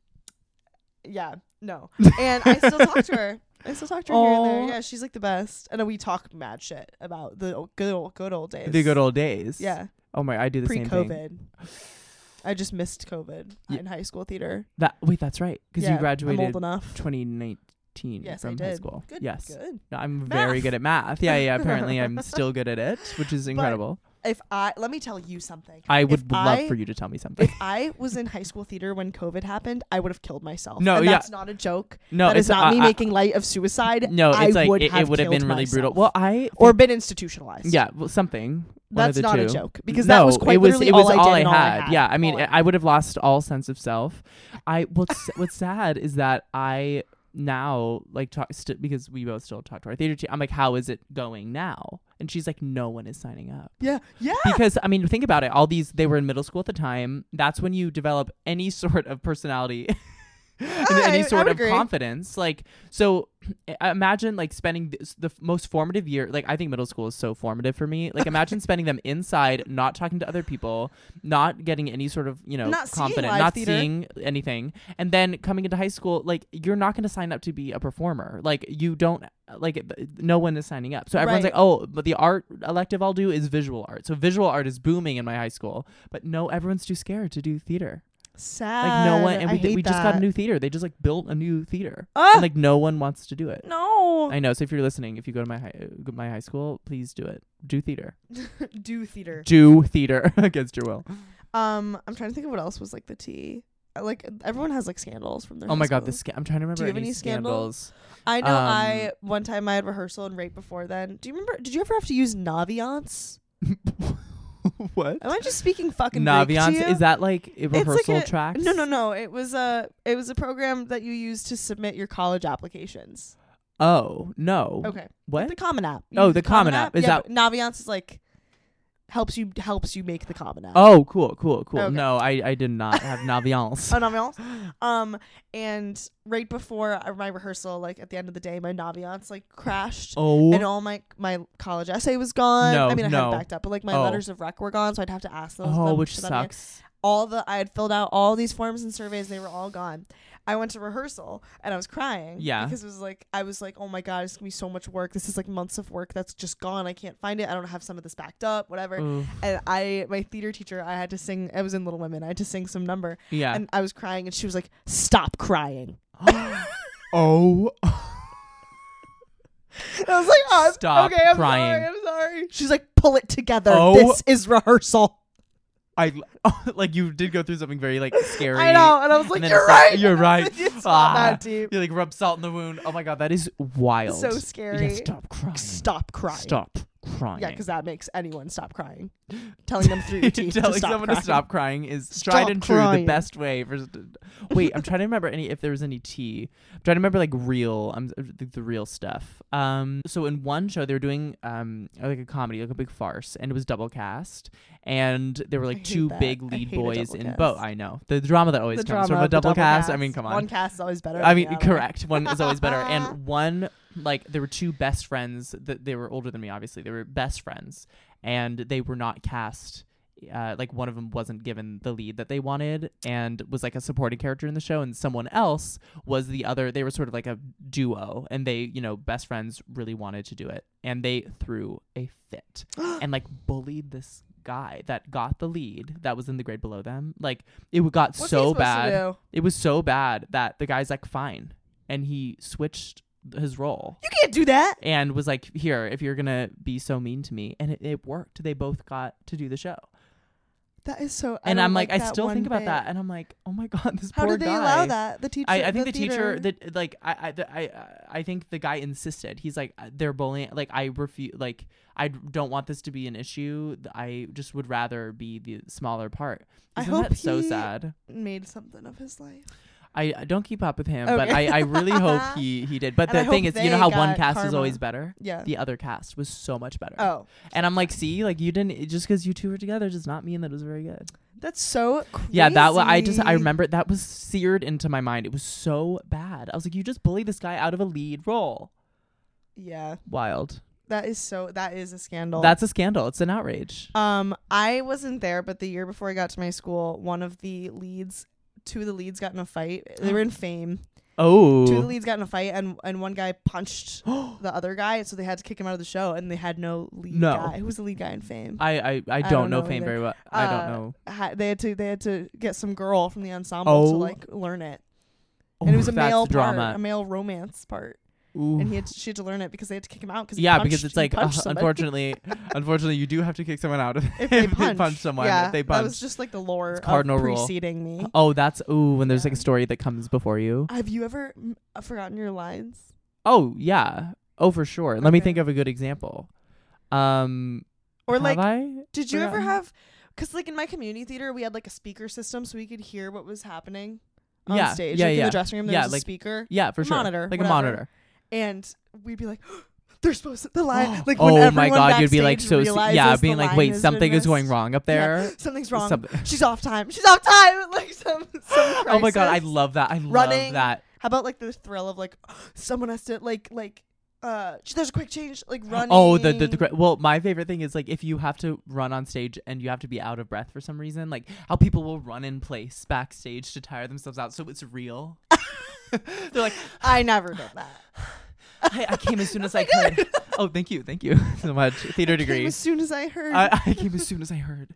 B: yeah, no. And I still talk to her. I still talk to her here
C: Aw.
B: and there. Yeah, she's like the best. And then we talk mad shit about the old, good old good old days.
C: the good old days.
B: yeah,
C: Oh my, I do the
B: pre
C: same thing.
B: COVID. I just missed COVID
C: Yeah.
B: in high school theater
C: That wait, that's right. Because
B: Yeah,
C: you graduated
B: I'm old enough.
C: 2019
B: Yes,
C: from
B: I did.
C: high school.
B: Good.
C: yes.
B: Good.
C: No, I'm very
B: Math.
C: good at math. Yeah, yeah. Apparently, I'm still good at it, which is incredible.
B: If I let me tell you something.
C: I
B: If
C: would love
B: I-
C: for you to tell me something.
B: If I was in high school theater when COVID happened, I would have killed myself.
C: No,
B: and
C: yeah.
B: that's not a joke.
C: No,
B: that is
C: it's-
B: not me
C: I- I-
B: making light of suicide.
C: no,
B: I
C: it's like
B: would
C: it,
B: have
C: would have been
B: killed
C: really brutal.
B: myself.
C: Well, I
B: or
C: think-
B: been institutionalized.
C: yeah, well, something. one of
B: That's
C: the
B: not a
C: two.
B: joke, because
C: no,
B: that was quite
C: it was,
B: literally
C: it was
B: all I did and all I
C: had.
B: had.
C: Yeah, I mean,
B: All I
C: I, I would have lost all sense of self. I what's what's sad is that I now like talk st- because we both still talk to our theater team. I'm like, how is it going now? And she's like, no one is signing up.
B: Yeah. Yeah.
C: because I mean, think about it. All these they were in middle school at the time. That's when you develop any sort of personality, and
B: I- I
C: any sort
B: would
C: of
B: agree.
C: confidence. Like so, I imagine like spending this, the f- most formative year. Like I think middle school is so formative for me. Like imagine spending them inside, not talking to other people, not getting any sort of you know
B: Not seeing
C: confident,
B: live
C: not
B: theater.
C: seeing anything, and then coming into high school, like you're not going to sign up to be a performer. Like you don't uh, like th- no one is signing up. So everyone's
B: Right.
C: like, oh, but the art elective I'll do is visual art. So visual art is booming in my high school, but no, everyone's too scared to do theater.
B: Sad.
C: Like no one, and
B: Uh, I
C: we, th-
B: hate
C: we just got a
B: that.
C: new theater. They just like built a new theater,
B: Ah!
C: and like no one wants to do it.
B: No.
C: I know. So if you're listening, if you go to my high, uh, my high school, please do it. Do theater.
B: do theater.
C: Do theater against your will.
B: Um, I'm trying to think of what else was like the tea. Uh, Like everyone has like scandals from their.
C: Oh
B: high
C: my god,
B: school.
C: this. Sca- I'm trying to remember
B: you have
C: any,
B: any scandal?
C: scandals.
B: I know.
C: um,
B: I one time I had rehearsal and right before then. Do you remember? Did you ever have to use Naviance?
C: what?
B: Am I just speaking fucking Greek to
C: Naviance
B: you?
C: is that like a
B: It's like
C: rehearsal
B: a-
C: tracks?
B: No, no, no. It was a it was a program that you used to submit your college applications.
C: Oh no.
B: Okay,
C: What?
B: the Common App. You
C: Oh,
B: use
C: the Common App. Is
B: yeah,
C: that-
B: but Naviance is like helps you helps you make the Common App.
C: Oh, cool, cool, cool.
B: Okay. Oh,
C: No, I, I did not have Naviance.
B: a naviance. Um, and right before my rehearsal, like at the end of the day, my naviance like crashed.
C: oh,
B: And all my my college essay was gone.
C: No,
B: I mean, I
C: no.
B: had it backed up, but like my
C: Oh.
B: letters of rec were gone, so I'd have to ask those.
C: oh,
B: them
C: which
B: for them again.
C: sucks.
B: All the I had filled out all these forms and surveys; they were all gone. I went to rehearsal and I was crying.
C: Yeah.
B: because it was like I was like, oh my god, it's gonna be so much work. This is like months of work that's just gone. I can't find it. I don't have some of this backed up. Whatever.
C: Oof.
B: And I, my theater teacher, I had to sing. I was in Little Women. I had to sing some number,
C: Yeah.
B: and I was crying, and she was like, "Stop crying."
C: oh,
B: And I was like, oh, I'm-
C: Stop
B: okay, I'm
C: crying.
B: sorry, I'm sorry." She's like, "Pull it together.
C: Oh.
B: This is rehearsal."
C: I like you did go through something very like scary.
B: I know, and I was like,
C: then
B: "You're
C: it's like,
B: right.
C: you're right.
B: it's not
C: Ah.
B: that deep.
C: You like rub salt in the wound. Oh my god, that is wild.
B: So
C: Yeah,
B: scary.
C: stop crying.
B: Stop crying.
C: Stop crying.
B: Yeah, because that makes anyone stop crying. Telling them through your teeth
C: telling
B: to stop
C: someone
B: crying.
C: to stop crying is tried
B: Stop
C: and true the
B: crying.
C: best way for wait i'm trying to remember any if there was any tea i'm trying to remember like real um, the, the real stuff um so in one show they were doing um like a comedy like a big farce and it was double cast and there were
B: I
C: like
B: hate
C: two
B: that.
C: big
B: I
C: lead
B: hate a
C: boys
B: double
C: in
B: cast.
C: both i know the drama that always
B: The drama
C: comes from
B: of
C: a
B: the
C: double, cast. i mean come on
B: One cast is always better.
C: I
B: than
C: mean,
B: the other.
C: correct. One is always better. And one, like, there were two best friends that they were older than me, obviously. They were best friends, and they were not cast. Uh, like one of them wasn't given the lead that they wanted and was like a supporting character in the show and someone else was the other they were sort of like a duo and they you know best friends really wanted to do it and they threw a fit and like bullied this guy that got the lead that was in the grade below them like it got
B: What's he
C: so
B: supposed to
C: bad
B: do?
C: it was so bad that the guy's like, fine. And he switched his role
B: You can't do that.
C: and was like, here, if you're going to be so mean to me. And it, it worked. They both got to do the show.
B: That is so.
C: And
B: I
C: I'm like, I
B: that
C: still
B: one
C: think about
B: bit.
C: that. And I'm like, oh my God, this
B: How
C: poor
B: did they
C: guy.
B: allow that? The teacher.
C: I, I think the,
B: theater-
C: teacher that like I I, the, I I think the guy insisted. He's like "Uh, they're bullying. Like I refuse. Like I d- don't want this to be an issue. I just would rather be the smaller part.
B: I
C: Isn't
B: hope
C: that so
B: he-
C: sad?
B: made something of his life.
C: I, I don't keep up with him, but I,
B: Okay.
C: I really hope he he did. But
B: And I
C: the thing
B: hope
C: is, you know how
B: they
C: one
B: got
C: cast is
B: karma.
C: always better.
B: Yeah.
C: The other cast was so much better.
B: Oh,
C: And I'm like, see, like you didn't it- just because you two were together does not mean that it was very good.
B: That's so crazy.
C: Yeah, that was, I just I remember that was seared into my mind. It was so bad. I was like, you just bully this guy out of a lead role.
B: Yeah,
C: Wild.
B: that is so. That is a scandal.
C: That's a scandal. It's an outrage.
B: Um, I wasn't there, but the year before I got to my school, one of the leads, two of the leads got in a fight. They were in fame. Two of the
C: Oh,
B: leads got in a fight, and and one guy punched the other guy, so they had to kick him out of the show, and they had no lead
C: No.
B: guy. Who was the lead guy in fame?
C: I I, I don't,
B: don't
C: know,
B: know
C: fame
B: either.
C: very well. I
B: Uh,
C: don't know.
B: Ha- they had to they had to get some girl from the ensemble to
C: Oh.
B: like learn it, and it was
C: Ooh,
B: a
C: that's
B: male
C: the
B: part, a
C: drama.
B: male romance part,
C: Ooh.
B: and he had to, she had to learn it because they had to kick him out. Cause he
C: yeah,
B: punched,
C: because it's
B: he
C: like uh,
B: punched somebody.
C: unfortunately, unfortunately, you do have to kick someone out if,
B: if they
C: punch,
B: punch,
C: someone.
B: yeah,
C: if they
B: that
C: punch.
B: was just like the lore
C: It's
B: cardinal
C: cardinal
B: of
C: rule.
B: preceding me.
C: oh, that's ooh when there's like
B: Yeah.
C: a story that comes before you.
B: Have you ever mm, uh, forgotten your lines?
C: Oh yeah. Oh for sure. Let me
B: Okay.
C: think of a good example. Um,
B: Or like,
C: have I?
B: did you ever
C: forgotten?
B: have? Because like in my community theater, we had like a speaker system, so we could hear what was happening on
C: Yeah,
B: stage.
C: yeah,
B: like in
C: yeah.
B: the dressing room, there
C: Yeah,
B: was a
C: like-
B: speaker,
C: Yeah, for
B: a
C: sure.
B: monitor,
C: like
B: whatever.
C: a monitor.
B: and we'd be like, "They're supposed to the line." Like, when
C: oh my
B: everyone
C: god, you'd be like so
B: backstage
C: se- yeah,
B: realizes the
C: being like,
B: line
C: wait,
B: has
C: something
B: been
C: is going
B: missed.
C: wrong up
B: Yeah,
C: there.
B: something's wrong.
C: Some-
B: She's off time. She's off time. Like some. some
C: oh my god, I
B: crisis.
C: love that. I
B: Running.
C: love that.
B: How about like the thrill of like someone has to like like uh sh- there's a quick change like running.
C: Oh, the, the the gra- well, my favorite thing is like if you have to run on stage and you have to be out of breath for some reason, like how people will run in place backstage to tire themselves out, so it's real. They're like,
B: I never did that.
C: I, I came as soon as I could. Oh, thank you, thank you so much. Theater
B: Came
C: degree.
B: as soon as I heard.
C: I, I came as soon as I heard.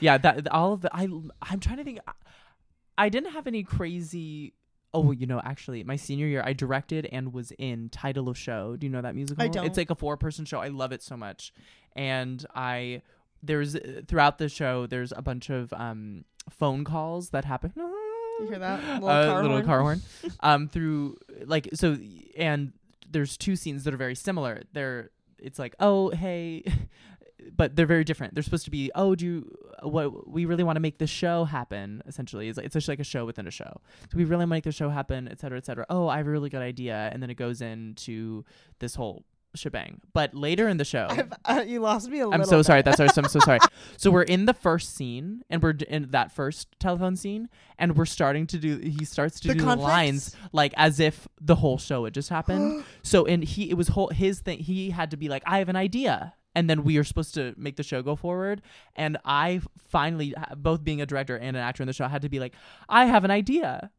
C: Yeah, that all of the I I'm trying to think. I, I didn't have any crazy. Oh, you know, actually, my senior year, I directed and was in Title of Show. Do you know that musical?
B: don't.
C: It's like a four person show. I love it so much, and I there's uh, throughout the show there's a bunch of um phone calls that happen.
B: you hear that little,
C: Uh,
B: car,
C: little
B: horn?
C: car horn. um, through like so, and there's two scenes that are very similar. They're it's like oh hey, but they're very different. They're supposed to be oh do you, what we really want to make the show happen. Essentially, it's like, it's just like a show within a show. So we really want to make the show happen, et cetera, et cetera. Oh, I have a really good idea, and then it goes into this whole shebang. But later in the show,
B: I've, uh, you lost me a little.
C: I'm so
B: bit.
C: sorry. That's our, I'm so sorry. So we're in the first scene, and we're d- in that first telephone scene, and we're starting to do. He starts to
B: The
C: do
B: conflict?
C: the lines like as if the whole show had just happened. so and he it was whole his thing. He had to be like, I have an idea. And then we are supposed to make the show go forward. And I finally, both being a director and an actor in the show, had to be like, I have an idea.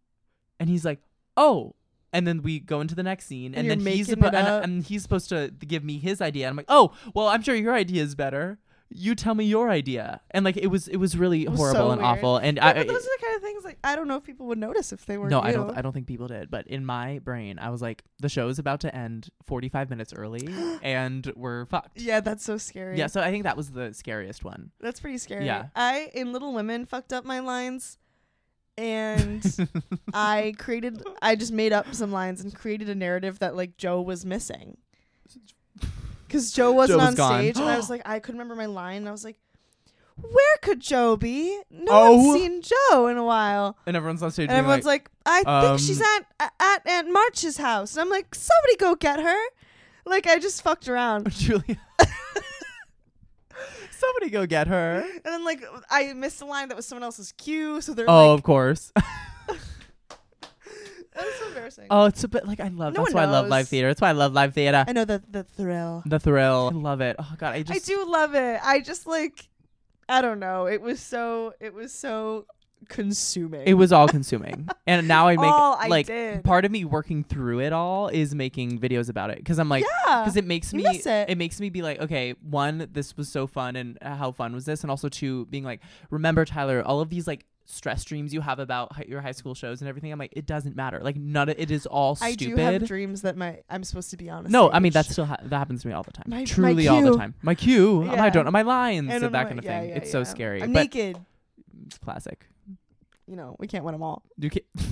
C: And he's like, Oh. And then we go into the next scene,
B: And
C: and,
B: you're
C: then he's
B: making it
C: suppo- and,
B: up.
C: and he's supposed to give me his idea. And I'm like, oh, well, I'm sure your idea is better. You tell me your idea. And like, it was it was really
B: was
C: horrible
B: so
C: and
B: weird.
C: awful. And
B: Yeah,
C: I,
B: but those are the kind of things like I don't know if people would notice if they were
C: no,
B: you.
C: I don't I don't think people did. But in my brain, I was like, the show is about to end 45 minutes early, and we're fucked.
B: yeah, that's so scary.
C: Yeah, so I think that was the scariest one.
B: that's pretty scary.
C: Yeah.
B: I in Little Women fucked up my lines, and I created I just made up some lines and created a narrative that like Joe was missing. Cuz Joe wasn't
C: was
B: on
C: gone.
B: stage and I was like I couldn't remember my line and I was like where could Joe be? No
C: Oh.
B: one's seen Joe in a while.
C: And everyone's on stage.
B: And
C: being
B: everyone's like, I think she's
C: um,
B: at at Aunt March's house. And I'm like, somebody go get her. Like I just fucked around.
C: Julia, somebody go get her.
B: And then like I missed a line that was someone else's cue, so they're
C: Oh,
B: like
C: of course.
B: that was so embarrassing.
C: Oh, it's a bit like I love.
B: No
C: that's
B: one
C: why I love
B: knows.
C: live theater. That's why I love live theater.
B: I know the the thrill.
C: the thrill. I love it. Oh god, I
B: I
C: just
B: do love it. I just like I don't know. It was so it was so consuming.
C: It was all consuming, and now I make
B: All I
C: like
B: did.
C: part of me working through it all is making videos about it because I'm like,
B: Yeah,
C: because it makes
B: you
C: me
B: miss it.
C: makes me be like, okay, one, this was so fun, and uh, how fun was this, and also two, being like, remember Tyler, all of these like stress dreams you have about hi- your high school shows and everything. I'm like, it doesn't matter. Like none, of, it is all
B: I
C: stupid.
B: do have dreams that my I'm supposed to be honest.
C: no, I mean that still ha- that happens to me all the time.
B: My- my
C: Truly, all the
B: cue.
C: time. My cue.
B: Yeah.
C: I don't know my lines
B: and
C: and,
B: I'm
C: that
B: like,
C: kind of
B: yeah,
C: thing.
B: yeah,
C: it's so
B: yeah.
C: scary.
B: I'm
C: but
B: naked.
C: it's classic.
B: You know, we can't win them all.
C: You ca-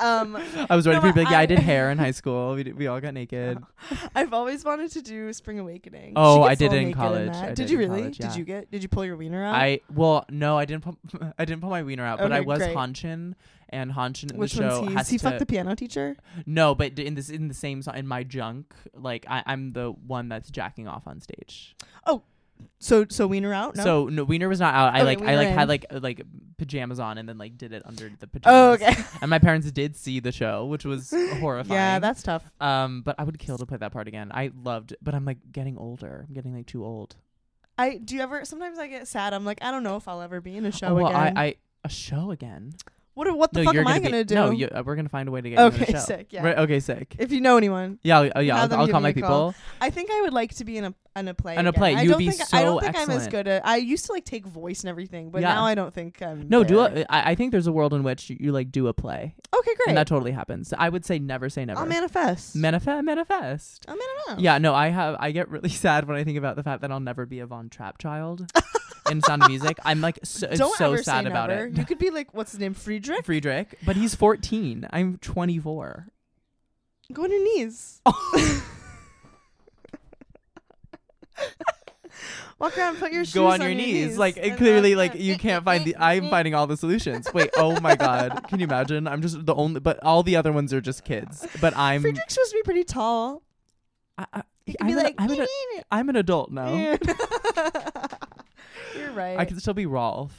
B: Um,
C: I was ready
B: No,
C: for you to be like,
B: I-
C: yeah,
B: Uh-huh.
C: I did hair in high school. We, did, we all got naked.
B: I've always wanted to do Spring Awakening. She
C: Oh, I
B: gets a
C: did
B: little
C: it in
B: naked
C: college.
B: that.
C: I
B: Did,
C: did
B: you
C: in
B: really?
C: college,
B: Did
C: yeah.
B: you get? Did you pull your wiener out?
C: I well, no, I didn't. Pull, I didn't pull my wiener out, but I
B: Okay,
C: was
B: great.
C: Hanshin, and Hanshin in
B: Which
C: the show
B: one's he?
C: has
B: Is he
C: to
B: fucked the piano teacher?
C: no, but d- in this in the same song in my junk, like I, I'm the one that's jacking off on stage.
B: Oh, So so wiener out. Oh, No?
C: So no, wiener was not out. I
B: Okay,
C: like I
B: wiener
C: like
B: in.
C: had like uh, like pajamas on and then like did it under the
B: oh,
C: pajamas.
B: okay.
C: And my parents did see the show, which was horrifying.
B: yeah, that's tough.
C: Um, but I would kill to play that part again. I loved, but I'm like getting older. I'm getting like too old.
B: I do you ever? Sometimes I get sad. I'm like, I don't know if I'll ever be in a show
C: oh, well,
B: again.
C: I, I a show again.
B: what what the
C: no,
B: fuck
C: you're
B: am I
C: be-
B: gonna do?
C: No, you, uh, we're gonna find a way to get you
B: Okay,
C: in a show.
B: sick, yeah.
C: Right, okay, sick.
B: if you know anyone,
C: yeah, I'll- oh, yeah.
B: have
C: I'll,
B: them
C: I'll
B: give
C: call
B: me
C: my
B: a
C: people.
B: call. I think I would like to be in a in a play.
C: In a
B: again.
C: play.
B: I
C: You would
B: don't
C: be
B: think I don't
C: so
B: think I'm as
C: excellent.
B: good at. I used to like take voice and everything, but
C: Yeah.
B: now I don't think I'm.
C: No, do
B: there.
C: a, I, I think there's a world in which you, you like do a play,
B: Okay, great.
C: and that totally happens. I would say never say never.
B: I'll manifest.
C: manifest, manifest.
B: I'll manifest.
C: Yeah, no, I have. I get really sad when I think about the fact that I'll never be a Von Trapp child in sound of music. I'm like so, it's
B: Don't
C: so
B: ever
C: sad
B: say
C: about
B: never.
C: it.
B: You could be like, what's his name, Friedrich?
C: Friedrich, but he's 14. I'm 24.
B: Go on your knees. Walk around, put your shoes
C: Go on
B: on
C: your knees. Like it
B: and
C: clearly,
B: that's
C: like
B: it.
C: you can't find the. I'm finding all the solutions. Wait, oh my god, can you imagine? I'm just the only, but all the other ones are just kids. But I'm.
B: Friedrich's supposed to be pretty tall.
C: I, I,
B: You could
C: I'm,
B: be
C: an,
B: like,
C: I'm, an, I'm an adult now.
B: you're right.
C: I could still be Rolf.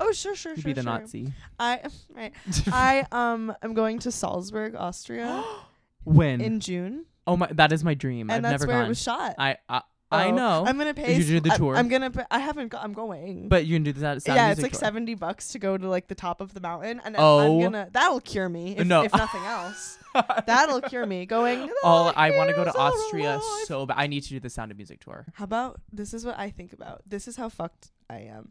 B: oh sure, sure,
C: He'd
B: sure.
C: be the
B: sure.
C: Nazi.
B: I right. I um am going to Salzburg, Austria
C: when?
B: in June,
C: oh my, that is my dream.
B: and
C: I've
B: that's
C: never
B: where
C: gone.
B: it was shot.
C: I I, I
B: So
C: know.
B: I'm gonna pay.
C: Did you do the
B: I-
C: tour?
B: I'm gonna. Pay, I haven't. Go- I'm going.
C: but you can do that. Sound
B: yeah,
C: music
B: it's like
C: tour.
B: seventy bucks to go to like the top of the mountain, and
C: Oh.
B: I'm gonna. That'll cure me. If,
C: No.
B: if nothing else, that'll cure me. Going.
C: All I want to go to
B: "Here's all
C: Austria
B: alive."
C: so bad. I need to do the Sound of Music tour.
B: How about this? Is what I think about. This is how fucked I am.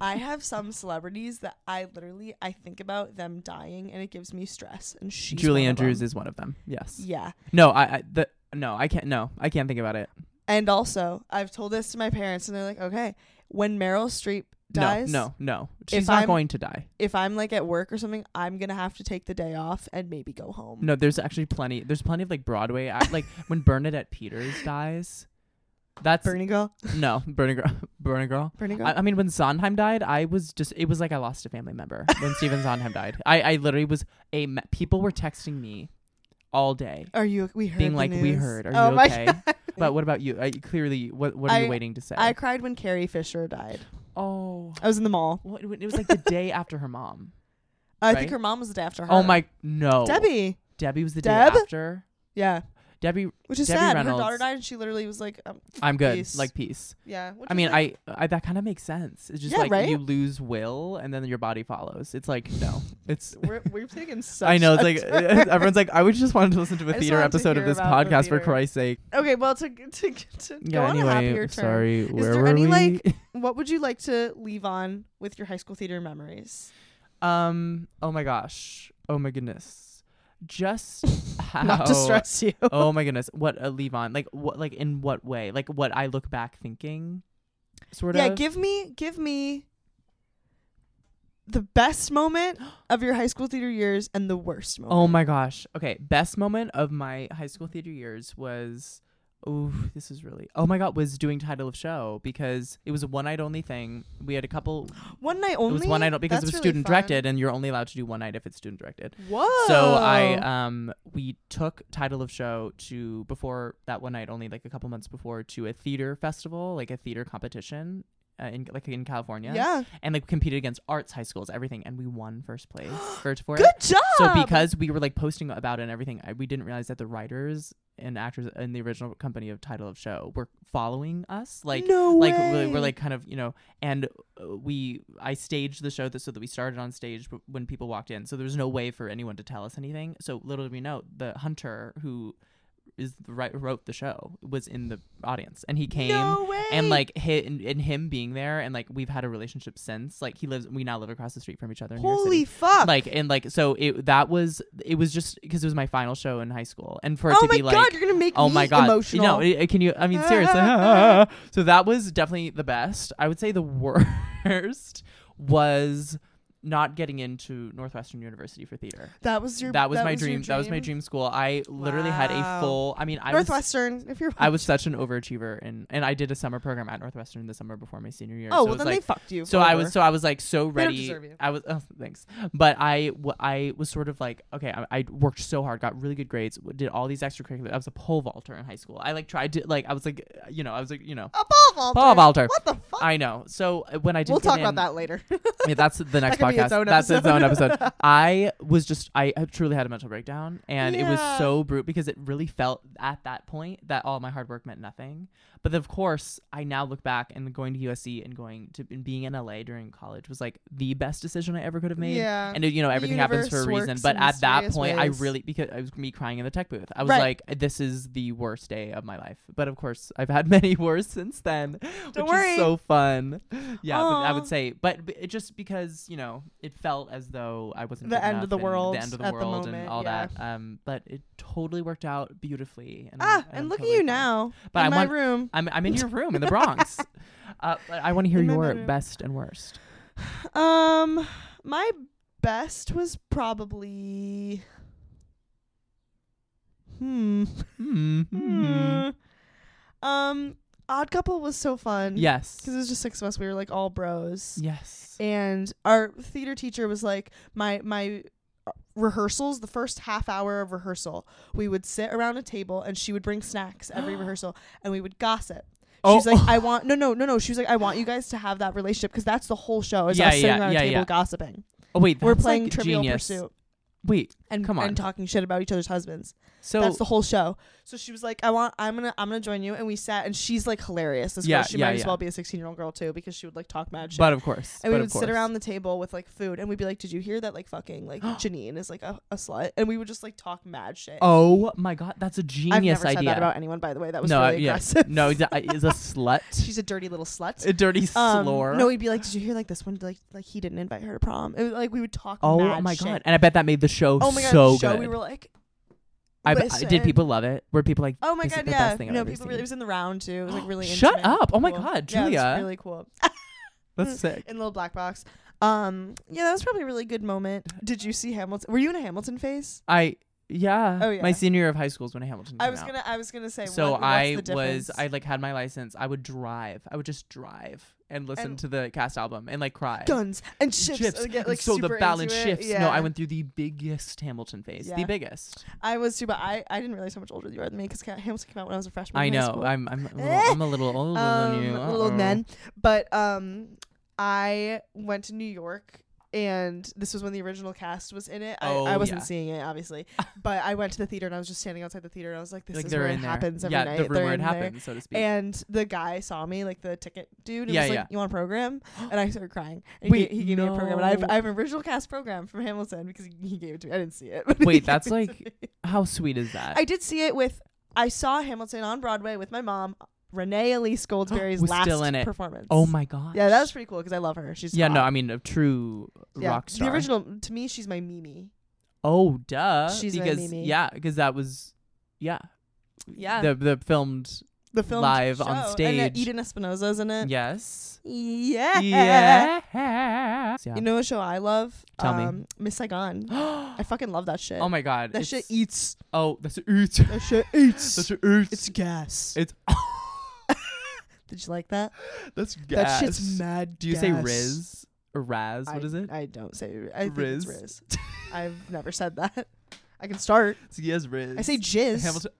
B: I have some celebrities that I literally I think about them dying, and it gives me stress. And she's
C: Julie
B: one of
C: Andrews
B: them.
C: is one of them. Yes.
B: yeah.
C: No, I, I the no, I can't. No, I can't think about it.
B: And also, I've told this to my parents, and they're like, "Okay, when Meryl Streep dies,
C: No, no, no. She's
B: If
C: not
B: I'm-
C: going to die.
B: if I'm like at work or something, I'm gonna have to take the day off and maybe go home."
C: No, there's actually plenty. There's plenty of like Broadway. act- like when Bernadette Peters dies, that's
B: Bernie girl,
C: no Bernie girl. Bernie girl.
B: Bernie girl.
C: I, I mean, when Sondheim died, I was just. It was like I lost a family member when Stephen Sondheim died. I, I literally was a. me- People were texting me all day,
B: Are you? We heard.
C: being
B: the
C: like, "We
B: news."
C: heard. Are
B: oh
C: you
B: my
C: okay?"
B: God.
C: But what about you? I, clearly, what what are you
B: I-
C: waiting to say?
B: I cried when Carrie Fisher died.
C: oh,
B: I was in the mall.
C: what, it was like the day after her mom.
B: I
C: Right?
B: think her mom was the day after her.
C: Oh my no,
B: Uh-huh. Debbie.
C: Debbie was the
B: Deb?
C: day after.
B: Yeah,
C: Debbie,
B: which is
C: Debbie
B: sad.
C: Reynolds.
B: Her daughter died, and she literally was like, um,
C: I'm good.
B: Peace.
C: Like peace.
B: "Yeah." which
C: I
B: is,
C: mean,
B: like,
C: I, I that kind of makes sense. It's just
B: Yeah,
C: like
B: right?
C: you lose will, and then your body follows. It's like no, it's.
B: we're, we're taking such.
C: I know. It's
B: a
C: like
B: turn.
C: everyone's like, I would just wanted to listen to a
B: I just
C: theater
B: wanted to
C: episode of
B: hear
C: this
B: about the
C: podcast for
B: theater.
C: Christ's sake.
B: Okay, well, to to, to go on a happier turn.
C: sorry. where
B: there
C: were
B: any,
C: we?
B: like- What would you like to leave on with your high school theater memories?
C: um. Oh my gosh. Oh my goodness. Just how.
B: Not to stress you.
C: oh my goodness. What a leave on. Like what? Like in what way? Like what I look back thinking. Sort
B: yeah,
C: of.
B: give me give me the best moment of your high school theater years and the worst moment.
C: Oh my gosh. Okay. Best moment of my high school theater years was oh, this is really oh my god, was doing title of show because it was a one night only thing. We had a couple
B: One night only.
C: it was one night because
B: That's
C: it was
B: really
C: student
B: fun.
C: directed and you're only allowed to do one night if it's student directed.
B: Whoa.
C: So I
B: Oh.
C: um we took title of show to before that one night only like a couple months before to a theater festival, like a theater competition uh, in like in California.
B: yeah.
C: And like competed against arts high schools, everything and we won first place for for it.
B: Good job.
C: So because we were like posting about it and everything, I, we didn't realize that the writers and actors in the original company of title of show were following us. Like
B: no
C: like we
B: way.
C: were like kind of you know, and uh, we I staged the show that, so that we started on stage w- when people walked in. So there was no way for anyone to tell us anything. So little did we know the hunter who is the right wrote the show was in the audience and he came
B: no way.
C: and like hit and, and him being there and like we've had a relationship since like he lives we now live across the street from each other in New York City
B: holy fuck.
C: like and like so it that was it was just because it was my final show in high school and for it
B: oh
C: to
B: my
C: be
B: god,
C: like
B: you're gonna make
C: oh
B: me
C: my god
B: emotional.
C: no it- it- can you i mean seriously so that was definitely the best i would say the worst was not getting into northwestern university for theater
B: that was your.
C: that was my
B: your
C: dream, that was my dream school i literally had a
B: Wow.
C: full i mean i was
B: Northwestern. if you're.
C: I was such an overachiever, and and I did a summer program at Northwestern the summer before my senior year.
B: Oh
C: so it
B: well,
C: was
B: then
C: like,
B: they fucked you.
C: so I was
B: forever.
C: so I was like so
B: They don't
C: ready.
B: deserve you.
C: I was oh, thanks, but I w- I was sort of like okay. I, I worked so hard, got really good grades, w- did all these extracurriculars. I was a pole vaulter in high school. I like tried to like I was like uh, you know I was like you know
B: a ball Walter.
C: Paul Walter.
B: What the fuck?
C: I know. So uh, when I
B: Uh-huh.
C: did
B: we'll
C: get
B: talk
C: in-
B: about that later.
C: Yeah, that's the next
B: could be
C: podcast.
B: its own
C: that's its own
B: episode.
C: episode. I was just I had- truly had a mental breakdown and it
B: Yeah.
C: was so brute because it really felt at that point that all my hard work meant nothing. But of course, I now look back and going to USC and going to and being in LA during college was like the best decision I ever could have made.
B: Yeah.
C: And uh, you know,
B: The
C: everything happens for a
B: universe
C: reason,
B: works
C: but
B: in
C: at that
B: mysterious
C: point I
B: ways.
C: really because I was me crying in the tech booth. I was
B: Right.
C: like this is the worst day of my life. But of course, I've had many worse since then,
B: Don't
C: which
B: worry.
C: is so fun. Yeah, but I
B: Aw.
C: would say, but, but it just because you know it felt as though I wasn't
B: The
C: good
B: end of
C: enough
B: the
C: and
B: world
C: the end of the
B: at the
C: world,
B: moment,
C: and all
B: yeah.
C: that. Um, but it totally worked out beautifully. And I'm-
B: ah, and
C: I'm
B: look at
C: totally
B: you
C: fine.
B: now in
C: But I
B: my
C: want-
B: room.
C: I'm I'm in your room in the Bronx. uh, but I want to hear
B: In my
C: your
B: bedroom.
C: best and worst.
B: Um, my best was probably. Hmm.
C: Mm-hmm.
B: Hmm. Um, Odd Couple was so fun.
C: Yes.
B: Because it was just six of us. We were like all bros.
C: Yes.
B: And our theater teacher was like, my, my uh, rehearsals, the first half hour of rehearsal, we would sit around a table and she would bring snacks every rehearsal and we would gossip. She was
C: Oh.
B: like, I want, no, no, no, no. She was like, I want you guys to have that relationship because that's the whole show is
C: Yeah,
B: us sitting
C: yeah,
B: around a
C: yeah,
B: table
C: yeah.
B: gossiping.
C: Oh wait,
B: We're
C: that's,
B: playing
C: like,
B: Trivial
C: genius.
B: Pursuit
C: Wait.
B: and
C: Come on.
B: and talking shit about each other's husbands.
C: So
B: That's the whole show. So she was like, "I want, I'm gonna, I'm gonna join you." And we sat, and she's like hilarious. This
C: Yeah,
B: girl, she
C: yeah,
B: might as
C: yeah.
B: well be a 16 year old girl too, because she would like talk mad shit.
C: but of course.
B: and
C: but
B: we
C: of
B: would sit
C: course.
B: around the table with like food, and we'd be like, "Did you hear that? Like fucking like Janine is like a, a slut," and we would just like talk mad shit.
C: Oh my god, that's a
B: I've
C: genius
B: never said
C: idea.
B: that about anyone, by the way. That was
C: no, uh,
B: really
C: yeah.
B: aggressive.
C: No, d- is a slut.
B: she's a dirty little slut.
C: a dirty
B: Um,
C: slore.
B: no, we'd be like, "Did you hear like this one? Like, like he didn't invite her to prom." It was, like we would talk.
C: Oh
B: mad
C: my
B: shit.
C: god! And I bet that made the show
B: Oh my god,
C: so
B: the show,
C: good.
B: we were like,
C: I bet- I- did
B: listen.
C: people love it? Were people like,
B: Oh my
C: this
B: god,
C: is the
B: yeah.
C: best thing I've
B: no,
C: ever
B: people
C: seen.
B: really it was in the round too. It was like really
C: Shut
B: intimate and
C: up. Oh my
B: cool.
C: God,
B: Yeah, it
C: Julia.
B: was really cool. Mm.
C: That's sick.
B: In a little black box. Um yeah, that was probably a really good moment. Did you see Hamilton? Were you in a Hamilton phase?
C: I yeah.
B: Oh, yeah.
C: My senior year of high school is when Hamilton.
B: I
C: came
B: was
C: out.
B: gonna I was gonna say
C: So
B: what,
C: I
B: what's the
C: was
B: difference?
C: I like had my license. I would drive. I would just drive and listen
B: And-
C: to the cast album and like cry.
B: guns and shifts.
C: Shifts.
B: I get,
C: And
B: like
C: so the
B: super
C: balance
B: into it.
C: shifts.
B: Yeah.
C: No, I went through the biggest Hamilton phase.
B: Yeah.
C: The biggest.
B: I was too, but I, I didn't realize how much older you are than me because Hamilton came out when I was a freshman.
C: I
B: in high
C: know.
B: school.
C: I'm I'm a little,
B: Eh.
C: I'm a little older than you.
B: um, little
C: Uh-oh.
B: men. But um, I went to New York, and this was when the original cast was in it. I,
C: Oh,
B: I wasn't
C: yeah.
B: seeing it, obviously, but I went to the theater and I was just standing outside the theater, and I was like, "This
C: Like
B: is
C: they're
B: where it
C: in there.
B: happens every
C: yeah,
B: night."
C: the room
B: they're
C: where
B: in
C: it
B: there."
C: happens, so to speak.
B: And the guy saw me, like the ticket dude, and
C: Yeah,
B: was like,
C: yeah.
B: "You want a program?" And I started crying. And he
C: Wait,
B: gave, he gave me a program, and I have,
C: no.
B: I have an original cast program from Hamilton because he, he gave it to me. I didn't see it. but he
C: Wait,
B: gave
C: that's
B: it to
C: like-
B: me.
C: How sweet is that?
B: I did see it with. I saw Hamilton on Broadway with my mom, Renee Elise Goldsberry's
C: Was
B: last
C: still in it.
B: performance.
C: oh my god.
B: Yeah, that was pretty cool because I love her. She's
C: Yeah, no,
B: hot.
C: I mean a true
B: Yeah.
C: rock star.
B: The original to me, she's my Mimi.
C: Oh, duh.
B: She's my
C: because
B: Mimi.
C: yeah, because that was yeah.
B: Yeah.
C: The the filmed
B: The film
C: Live on
B: and, uh,
C: stage.
B: Eden Espinosa's in it.
C: yes.
B: Uh, Yeah.
C: Yeah.
B: You know what show I love?
C: Tell me.
B: um, Miss Saigon. I fucking love that shit.
C: oh my god.
B: that
C: it's-
B: shit eats.
C: Oh, that's a oot.
B: That shit eats.
C: That's a oot.
B: it's gas.
C: it's
B: Did you like that?
C: that's gas.
B: That shit's mad.
C: Do you say
B: gas.
C: Riz or Raz? What
B: I,
C: is it?
B: I don't say. I think it's
C: Riz?
B: Riz. I've never said that. I can start.
C: So yes, Riz.
B: I say jizz.
C: Hamilton.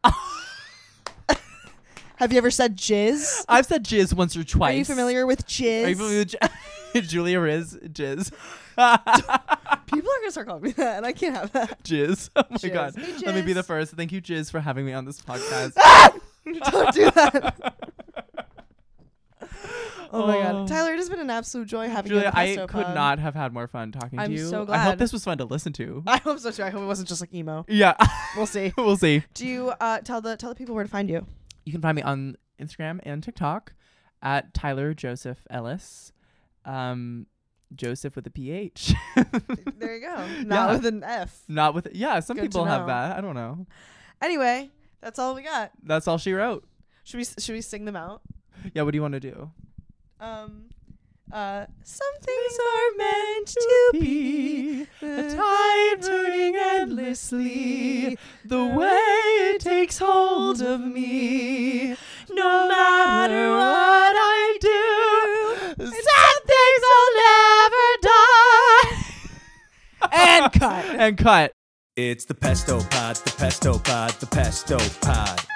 B: Have you ever said jizz?
C: I've said jizz once or twice.
B: Are you familiar with jizz?
C: Are you familiar with j- Julia Riz? Jizz.
B: People are gonna start calling me that, and I can't have that.
C: Jizz. Oh my
B: Jizz.
C: god.
B: Hey,
C: Let me be
B: Jizz.
C: the first. Thank you, Jizz, for having me on this podcast.
B: Don't do that. Oh my god, Tyler, it has been an absolute joy having you.
C: Julia,
B: on the
C: I
B: Pesto
C: could
B: Pod.
C: not have had more fun talking
B: I'm
C: to you.
B: so
C: I
B: glad.
C: hope this was fun to listen to.
B: I hope so too. I hope it wasn't just like emo.
C: yeah.
B: We'll see.
C: we'll see.
B: Do you uh, tell the tell the people where to find you?
C: You can find me on Instagram and TikTok at Tyler Joseph Ellis. Um Joseph with a PH.
B: There you go. Not
C: Yeah.
B: with an F.
C: Not with yeah, some
B: Good to
C: people
B: know.
C: have that. I don't know.
B: Anyway, that's all we got.
C: That's all she wrote.
B: Should we should we sing them out?
C: Yeah, what do you want to do?
B: Um, uh, some things are meant to be.
C: Be the tide turning endlessly, the way it takes hold of me. No matter what I do, some things will never
B: And
C: die.
B: cut.
C: And cut.
A: It's the pesto pod, the pesto pod, the pesto pod.